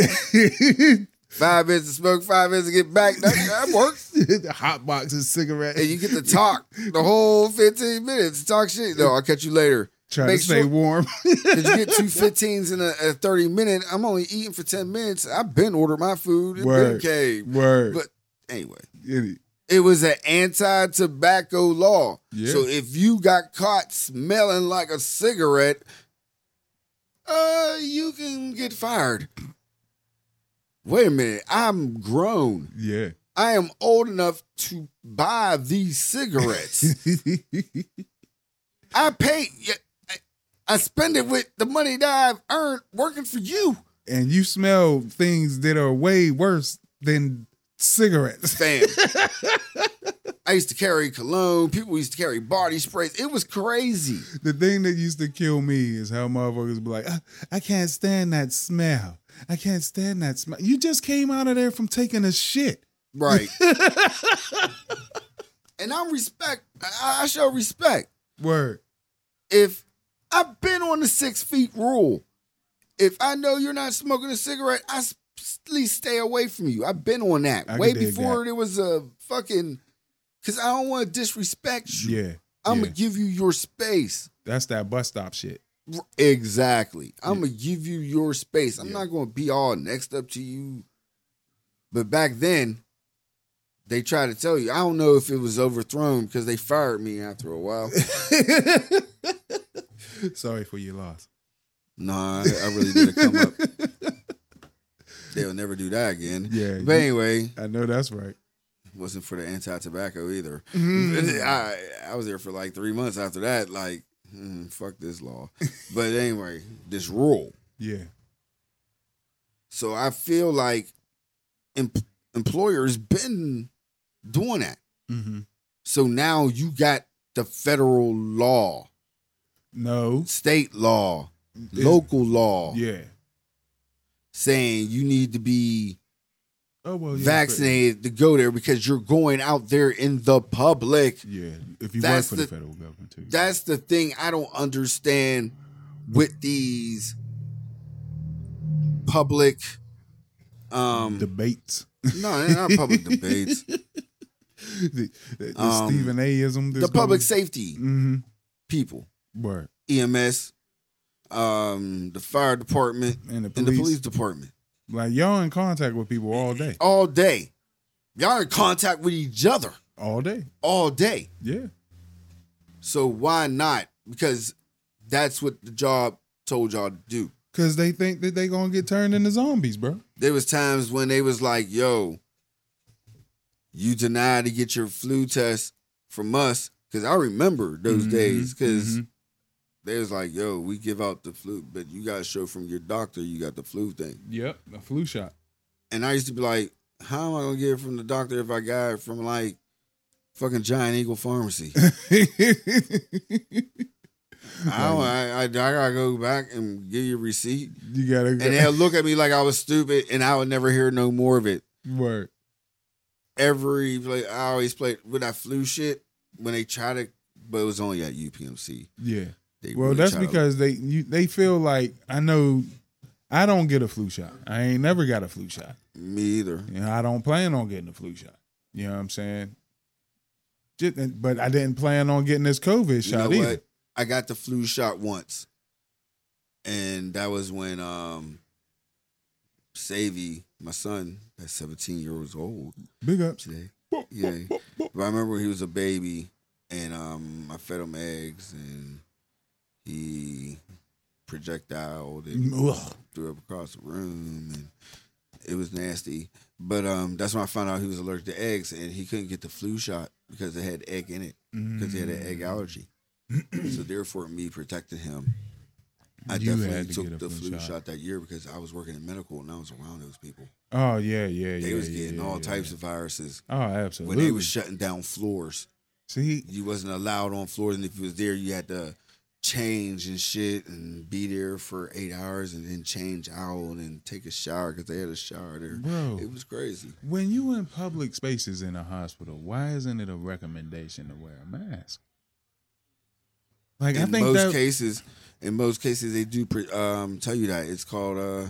[SPEAKER 2] five minutes to smoke, five minutes to get back. That, that works.
[SPEAKER 1] the hot box is cigarette.
[SPEAKER 2] and you get to talk the whole 15 minutes. Talk shit. No, I'll catch you later.
[SPEAKER 1] Try
[SPEAKER 2] make
[SPEAKER 1] to stay
[SPEAKER 2] sure-
[SPEAKER 1] warm.
[SPEAKER 2] Did you get two 15s in a, a 30 minute? I'm only eating for 10 minutes. I've been ordered my food. It's been
[SPEAKER 1] Word.
[SPEAKER 2] okay.
[SPEAKER 1] Word.
[SPEAKER 2] But anyway,
[SPEAKER 1] Any-
[SPEAKER 2] it was an anti tobacco law.
[SPEAKER 1] Yeah.
[SPEAKER 2] So if you got caught smelling like a cigarette, uh, you can get fired. Wait a minute. I'm grown.
[SPEAKER 1] yeah.
[SPEAKER 2] I am old enough to buy these cigarettes. I pay. I- I spend it with the money that I've earned working for you,
[SPEAKER 1] and you smell things that are way worse than cigarettes.
[SPEAKER 2] fam. I used to carry cologne. People used to carry body sprays. It was crazy.
[SPEAKER 1] The thing that used to kill me is how motherfuckers be like, "Ah, I can't stand that smell. I can't stand that smell. You just came out of there from taking a shit.
[SPEAKER 2] Right. and I'm respect. I, I show respect.
[SPEAKER 1] Word.
[SPEAKER 2] If I've been on the six feet rule, if I know you're not smoking a cigarette, I s- at least stay away from you. I've been on that
[SPEAKER 1] I
[SPEAKER 2] way
[SPEAKER 1] can dig
[SPEAKER 2] before
[SPEAKER 1] that.
[SPEAKER 2] there was a fucking. Because I don't want to disrespect you.
[SPEAKER 1] Yeah.
[SPEAKER 2] I'm
[SPEAKER 1] yeah.
[SPEAKER 2] gonna give you your space.
[SPEAKER 1] That's that bus stop shit.
[SPEAKER 2] Exactly. I'm gonna give you your space. I'm
[SPEAKER 1] Yeah.
[SPEAKER 2] not gonna be all next up to you. But back then, they tried to tell you. I don't know if it was overthrown because they fired me after a while.
[SPEAKER 1] Sorry for your loss.
[SPEAKER 2] nah, I, I really didn't come up. They'll never do that again.
[SPEAKER 1] Yeah,
[SPEAKER 2] But
[SPEAKER 1] you-
[SPEAKER 2] anyway,
[SPEAKER 1] I know that's right.
[SPEAKER 2] wasn't for the anti-tobacco either. Mm-hmm.
[SPEAKER 1] Mm.
[SPEAKER 2] I I was there for like three months after that. Like, mm, fuck this law. But anyway, this rule.
[SPEAKER 1] Yeah.
[SPEAKER 2] So I feel like em- employers been doing that.
[SPEAKER 1] Mm-hmm.
[SPEAKER 2] So now you got the federal law,
[SPEAKER 1] No.
[SPEAKER 2] state law,
[SPEAKER 1] It's-
[SPEAKER 2] local law
[SPEAKER 1] Yeah.
[SPEAKER 2] saying you need to be
[SPEAKER 1] Oh well. Yeah,
[SPEAKER 2] vaccinated to go there because you're going out there in the public.
[SPEAKER 1] but- yeah. If you work
[SPEAKER 2] That's
[SPEAKER 1] for the,
[SPEAKER 2] the-
[SPEAKER 1] federal government too.
[SPEAKER 2] That's the thing I don't understand with these public um
[SPEAKER 1] debates.
[SPEAKER 2] no, they're not public debates.
[SPEAKER 1] the the, the
[SPEAKER 2] Um,
[SPEAKER 1] Stephen A.ism.
[SPEAKER 2] The public safety
[SPEAKER 1] Mm-hmm.
[SPEAKER 2] people.
[SPEAKER 1] Word.
[SPEAKER 2] EMS, E um, the fire department,
[SPEAKER 1] And the police.
[SPEAKER 2] and the police department
[SPEAKER 1] Like y'all in contact with people all day.
[SPEAKER 2] all day. Y'all in contact with each other
[SPEAKER 1] All day.
[SPEAKER 2] all day.
[SPEAKER 1] Yeah.
[SPEAKER 2] So why not? Because that's what the job told y'all to do.
[SPEAKER 1] Cause they think that they gonna get turned into zombies, bro.
[SPEAKER 2] There was times when they was like, "Yo, you deny to get your flu test from us," because I remember those
[SPEAKER 1] Mhm,
[SPEAKER 2] days. Because
[SPEAKER 1] mhm.
[SPEAKER 2] they was like, "Yo, we give out the flu, but you gotta show from your doctor you got the flu thing."
[SPEAKER 1] Yep. A flu shot.
[SPEAKER 2] And I used to be like, how am I gonna get it from the doctor if I got it from like fucking Giant Eagle Pharmacy?
[SPEAKER 1] you
[SPEAKER 2] I, don't, I, I I gotta go back and give you a receipt,
[SPEAKER 1] gotta
[SPEAKER 2] and they'll look at me like I was stupid, and I would never hear no more of it.
[SPEAKER 1] word.
[SPEAKER 2] Every play, I always played with that flu shit when they try to, but it was only at UPMC.
[SPEAKER 1] Yeah.
[SPEAKER 2] They
[SPEAKER 1] Well,
[SPEAKER 2] really
[SPEAKER 1] that's
[SPEAKER 2] try to-
[SPEAKER 1] because they you, they feel like I know I don't get a flu shot. I ain't never got a flu shot.
[SPEAKER 2] me either.
[SPEAKER 1] You know, I don't plan on getting a flu shot. You know what I'm saying? Just- But I didn't plan on getting this COVID
[SPEAKER 2] You
[SPEAKER 1] shot
[SPEAKER 2] know
[SPEAKER 1] either.
[SPEAKER 2] what? I got the flu shot once. and that was when um Savy, my son, that's 17 years old
[SPEAKER 1] Big ups.
[SPEAKER 2] today. Yeah. But I remember when he was a baby and um I fed him eggs and he projectiled and
[SPEAKER 1] Ugh.
[SPEAKER 2] threw up across the room and it was nasty. But um that's when I found out he was allergic to eggs and he couldn't get the flu shot because it had egg in it. Because he had
[SPEAKER 1] Mm.
[SPEAKER 2] an egg allergy. so therefore me protecting him. I
[SPEAKER 1] You had
[SPEAKER 2] definitely
[SPEAKER 1] to
[SPEAKER 2] took
[SPEAKER 1] get a
[SPEAKER 2] the
[SPEAKER 1] flu
[SPEAKER 2] flu
[SPEAKER 1] shot.
[SPEAKER 2] shot that year because I was working in medical and I was around those people.
[SPEAKER 1] Oh yeah, yeah, yeah.
[SPEAKER 2] They was
[SPEAKER 1] yeah,
[SPEAKER 2] getting
[SPEAKER 1] yeah,
[SPEAKER 2] all
[SPEAKER 1] yeah.
[SPEAKER 2] types of viruses.
[SPEAKER 1] Oh, absolutely.
[SPEAKER 2] When they was shutting down floors,
[SPEAKER 1] See,
[SPEAKER 2] you wasn't allowed on floors, and if you was there, you had to change and shit, and be there for eight hours, and then change out and take a shower because they had a shower there.
[SPEAKER 1] Bro.
[SPEAKER 2] it was crazy.
[SPEAKER 1] when you in public spaces in a hospital, why isn't it a recommendation to wear a mask? Like I
[SPEAKER 2] in
[SPEAKER 1] think
[SPEAKER 2] most
[SPEAKER 1] that
[SPEAKER 2] cases, in most cases, they do pre- um, tell you that it's called uh,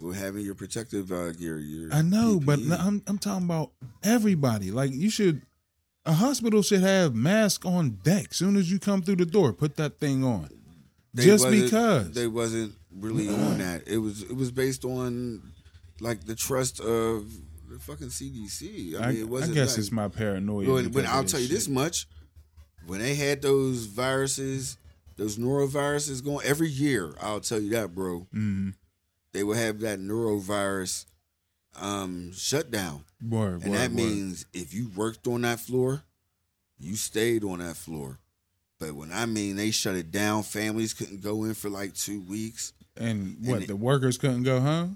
[SPEAKER 2] well, having your protective uh, gear. Your
[SPEAKER 1] I know, but
[SPEAKER 2] PPE.
[SPEAKER 1] I'm I'm talking about everybody. Like you should, a hospital should have mask on deck. Soon as you come through the door, put that thing on.
[SPEAKER 2] They
[SPEAKER 1] just
[SPEAKER 2] wasn't-
[SPEAKER 1] because.
[SPEAKER 2] they wasn't really on that. It was it was based on like the trust of the fucking CDC. I,
[SPEAKER 1] I,
[SPEAKER 2] mean, it
[SPEAKER 1] I
[SPEAKER 2] wasn't.
[SPEAKER 1] guess
[SPEAKER 2] like-
[SPEAKER 1] it's my paranoia.
[SPEAKER 2] Well,
[SPEAKER 1] because
[SPEAKER 2] when
[SPEAKER 1] of
[SPEAKER 2] I'll tell you
[SPEAKER 1] shit.
[SPEAKER 2] this much, when they had those viruses, those neuroviruses going every year, I'll tell you that, bro.
[SPEAKER 1] Mhm.
[SPEAKER 2] They will have that neurovirus um, shutdown,
[SPEAKER 1] word,
[SPEAKER 2] and
[SPEAKER 1] word,
[SPEAKER 2] that
[SPEAKER 1] word.
[SPEAKER 2] means if you worked on that floor, you stayed on that floor. But when I mean they shut it down, families couldn't go in for like two weeks.
[SPEAKER 1] and what
[SPEAKER 2] it-
[SPEAKER 1] the workers couldn't go, huh?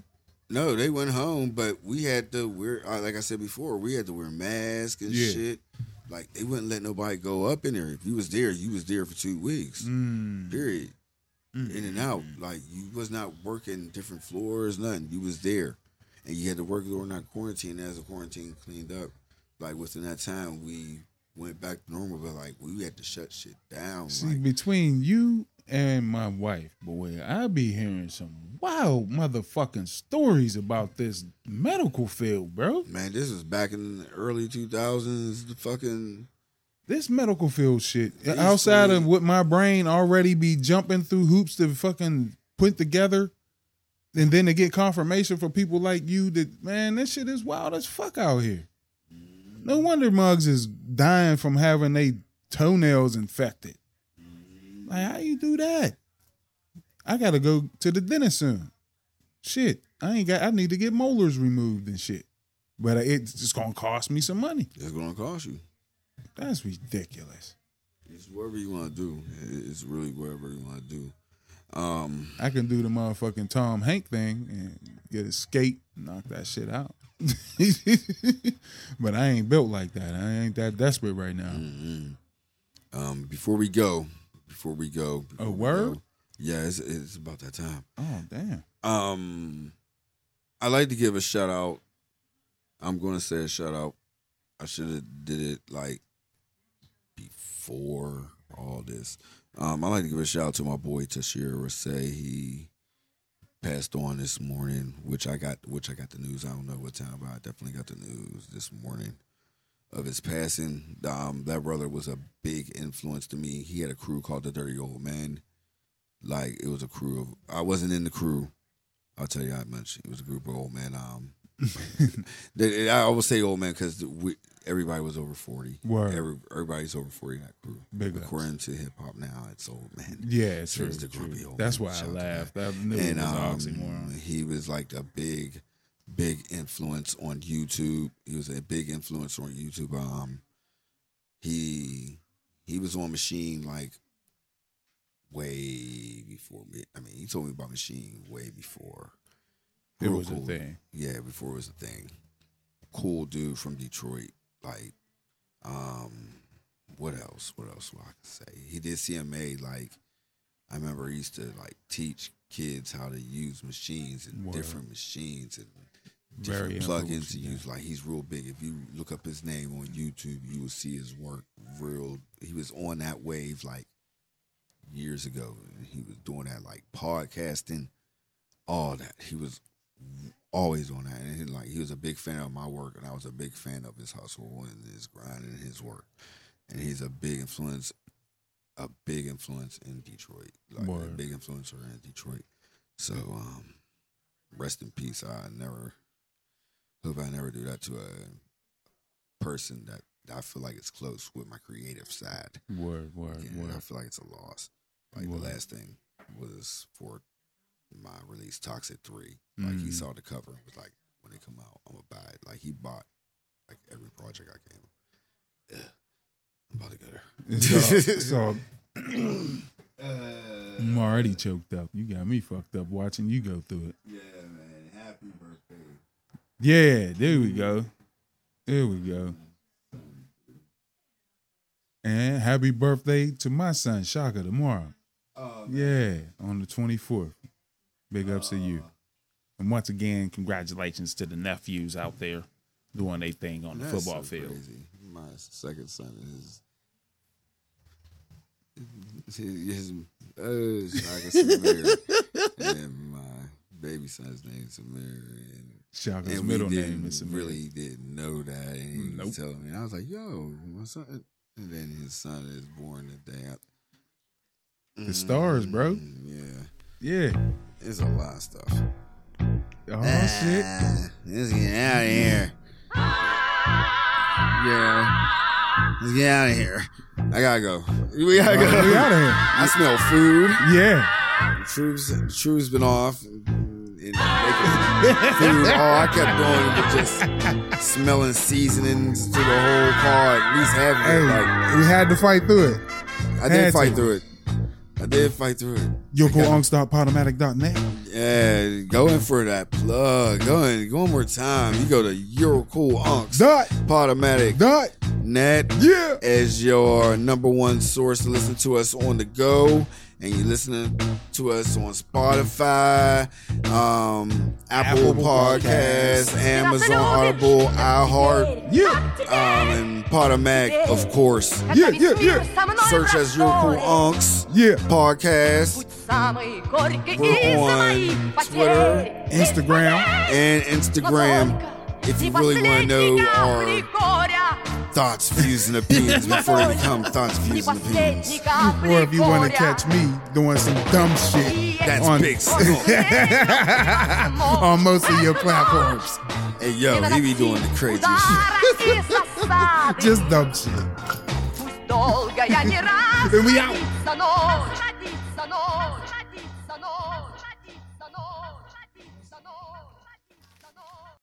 [SPEAKER 2] No, they went home, but we had to wear. uh, Like I said before, we had to wear masks and
[SPEAKER 1] Yeah.
[SPEAKER 2] shit. Like they wouldn't let nobody go up in there. If you was there, you was there for two weeks.
[SPEAKER 1] Mm.
[SPEAKER 2] Period. In and out. Like you was not working different floors, nothing. You was there, and you had to work during that quarantine. As the quarantine cleaned up, like within that time, we went back to normal. But like we had to shut shit down.
[SPEAKER 1] See,
[SPEAKER 2] Like
[SPEAKER 1] between you and my wife, boy, I be hearing some wild motherfucking stories about this medical field, bro.
[SPEAKER 2] man, this was back in the early two thousands. The fucking
[SPEAKER 1] This medical field shit,
[SPEAKER 2] These
[SPEAKER 1] outside of
[SPEAKER 2] three-
[SPEAKER 1] what my brain already be jumping through hoops to fucking put together, and then to get confirmation for people like you that, man, this shit is wild as fuck out here. No wonder mugs is dying from having they toenails infected. Like, how you do that? I gotta go to the dentist soon. Shit, I ain't got. I need to get molars removed and shit, but it's just gonna cost me some money.
[SPEAKER 2] it's gonna cost you.
[SPEAKER 1] That's ridiculous.
[SPEAKER 2] It's whatever you want to do. It- It's really whatever you want to do. Um,
[SPEAKER 1] I can do the motherfucking Tom Hank thing and get a skate, knock that shit out. but I ain't built like that. I ain't that desperate right now.
[SPEAKER 2] Mm. mm-hmm. um, before we go, before we go, before we
[SPEAKER 1] word?
[SPEAKER 2] go- yeah, it's, it's about that time.
[SPEAKER 1] Oh damn.
[SPEAKER 2] Um, I like to give a shout out. I'm gonna say a shout out. I should have did it like before all this. Um, I like to give a shout out to my boy Tashir Rasay. He passed on this morning, which I got which I got the news. I don't know what time, but I definitely got the news this morning of his passing. Um, that brother was a big influence to me. He had a crew called the Dirty Old Man. Like it was a crew of I wasn't in the crew. I'll tell you that much. It was a group of old men. Um, they- I always say old men because everybody was over forty.
[SPEAKER 1] Word.
[SPEAKER 2] Every, everybody's over forty in that crew.
[SPEAKER 1] Big ups.
[SPEAKER 2] According to hip hop now, it's old men.
[SPEAKER 1] Yeah,
[SPEAKER 2] So
[SPEAKER 1] true.
[SPEAKER 2] it's the
[SPEAKER 1] true.
[SPEAKER 2] grumpy old
[SPEAKER 1] That's
[SPEAKER 2] man.
[SPEAKER 1] why I
[SPEAKER 2] Shout out to
[SPEAKER 1] laughed. I knew it
[SPEAKER 2] And
[SPEAKER 1] was
[SPEAKER 2] um,
[SPEAKER 1] oxymoron.
[SPEAKER 2] he was like a big, big influence on YouTube. He was a big influence on YouTube. Um, he he was on Machine like way before me. I mean, he told me about Machine way before
[SPEAKER 1] It was a
[SPEAKER 2] Real cool.
[SPEAKER 1] thing.
[SPEAKER 2] Yeah, before it was a thing. Cool dude from Detroit. Like, um, what else? What else? What I can say? He did CMA. Like, I remember he used to like teach kids how to use machines and
[SPEAKER 1] Word.
[SPEAKER 2] different machines and different
[SPEAKER 1] Very
[SPEAKER 2] plugins to
[SPEAKER 1] influential, yeah.
[SPEAKER 2] use. Like, he's real big. If you look up his name on YouTube, you will see his work. Real. He was on that wave like years ago. and He was doing that like podcasting, all that. He was always on that, and he, like he was a big fan of my work, and I was a big fan of his hustle and his grind and his work. And he's a big influence, a big influence in Detroit, like a
[SPEAKER 1] Word.
[SPEAKER 2] big influencer in Detroit. So, um, rest in peace. I never hope I never do that to a person that, that I feel like is close with my creative side.
[SPEAKER 3] Word, word,
[SPEAKER 2] Yeah, I
[SPEAKER 3] word.
[SPEAKER 2] feel like it's a loss. Like
[SPEAKER 3] Word.
[SPEAKER 2] the last thing was for my release Toxic Three. Like he
[SPEAKER 3] Mhm.
[SPEAKER 2] saw the cover and was like, when they come out, I'm gonna buy it. Like he bought like every project I came. Yeah, I'm about to go there.
[SPEAKER 3] So, so- uh,
[SPEAKER 2] Uh,
[SPEAKER 3] I'm already choked up. You got me fucked up watching you go through it.
[SPEAKER 2] Yeah, man. Happy birthday.
[SPEAKER 3] Yeah, there
[SPEAKER 2] Mm-hmm.
[SPEAKER 3] we go. There we go. And happy birthday to my son Shaka tomorrow.
[SPEAKER 2] Oh,
[SPEAKER 3] Yeah, on the 24th. Big ups to
[SPEAKER 2] Uh,
[SPEAKER 3] you. And once again, congratulations to the nephews out there doing their thing on the
[SPEAKER 2] That's
[SPEAKER 3] football
[SPEAKER 2] so
[SPEAKER 3] field.
[SPEAKER 2] Crazy. My second son is. His, his uh, Shaka Samir, and my baby son's name is Samir, and
[SPEAKER 3] Shaka's
[SPEAKER 2] and
[SPEAKER 3] middle
[SPEAKER 2] we
[SPEAKER 3] name
[SPEAKER 2] didn't
[SPEAKER 3] is Samir.
[SPEAKER 2] really didn't know that. And he
[SPEAKER 3] Nope.
[SPEAKER 2] was telling me, I was like, "Yo, my son." And then his son is born today. Mm,
[SPEAKER 3] The stars, bro.
[SPEAKER 2] Yeah,
[SPEAKER 3] Yeah.
[SPEAKER 2] it's a lot of stuff.
[SPEAKER 3] Oh shit.
[SPEAKER 2] Ah, let's get out of here. Yeah, let's get out of here. I gotta go. We gotta
[SPEAKER 3] We
[SPEAKER 2] go.
[SPEAKER 3] out of here.
[SPEAKER 2] I smell food.
[SPEAKER 3] Yeah.
[SPEAKER 2] True's True's been off and making food. All I kept doing was just smelling seasonings to the whole car. At least having
[SPEAKER 1] Hey,
[SPEAKER 2] it. Like
[SPEAKER 1] we had to fight through it.
[SPEAKER 2] I did
[SPEAKER 1] had
[SPEAKER 2] fight
[SPEAKER 1] to.
[SPEAKER 2] through it. I did fight through it.
[SPEAKER 1] YokoUnks.podomatic.net.
[SPEAKER 2] Yeah, go in for that plug. Go in one more time. You go to Eurocool Unks
[SPEAKER 1] Dot.
[SPEAKER 2] Podomatic
[SPEAKER 1] Dot.
[SPEAKER 2] Net
[SPEAKER 1] Yeah.
[SPEAKER 2] as your number one source to listen to us on the go. And you're listening to us on Spotify, um, Apple,
[SPEAKER 1] Apple
[SPEAKER 2] Podcasts, Amazon, Audible, iHeart,
[SPEAKER 1] Yeah.
[SPEAKER 2] um, and Potomac, of course.
[SPEAKER 1] Yeah, yeah, yeah.
[SPEAKER 2] Search as your um, cool unks
[SPEAKER 1] Yeah.
[SPEAKER 2] podcast
[SPEAKER 6] We're on Twitter,
[SPEAKER 1] Instagram.
[SPEAKER 2] and Instagram. If you really want to know our thoughts, views, and opinions before they become thoughts, views, and opinions,
[SPEAKER 1] Or if you want to catch me doing some dumb shit
[SPEAKER 2] that's
[SPEAKER 1] On-
[SPEAKER 2] big. Snoop.
[SPEAKER 1] on most of your platforms.
[SPEAKER 2] hey, yo, Oh, he be doing the crazy shit.
[SPEAKER 6] shit.
[SPEAKER 1] Just dumb shit.
[SPEAKER 6] And we out.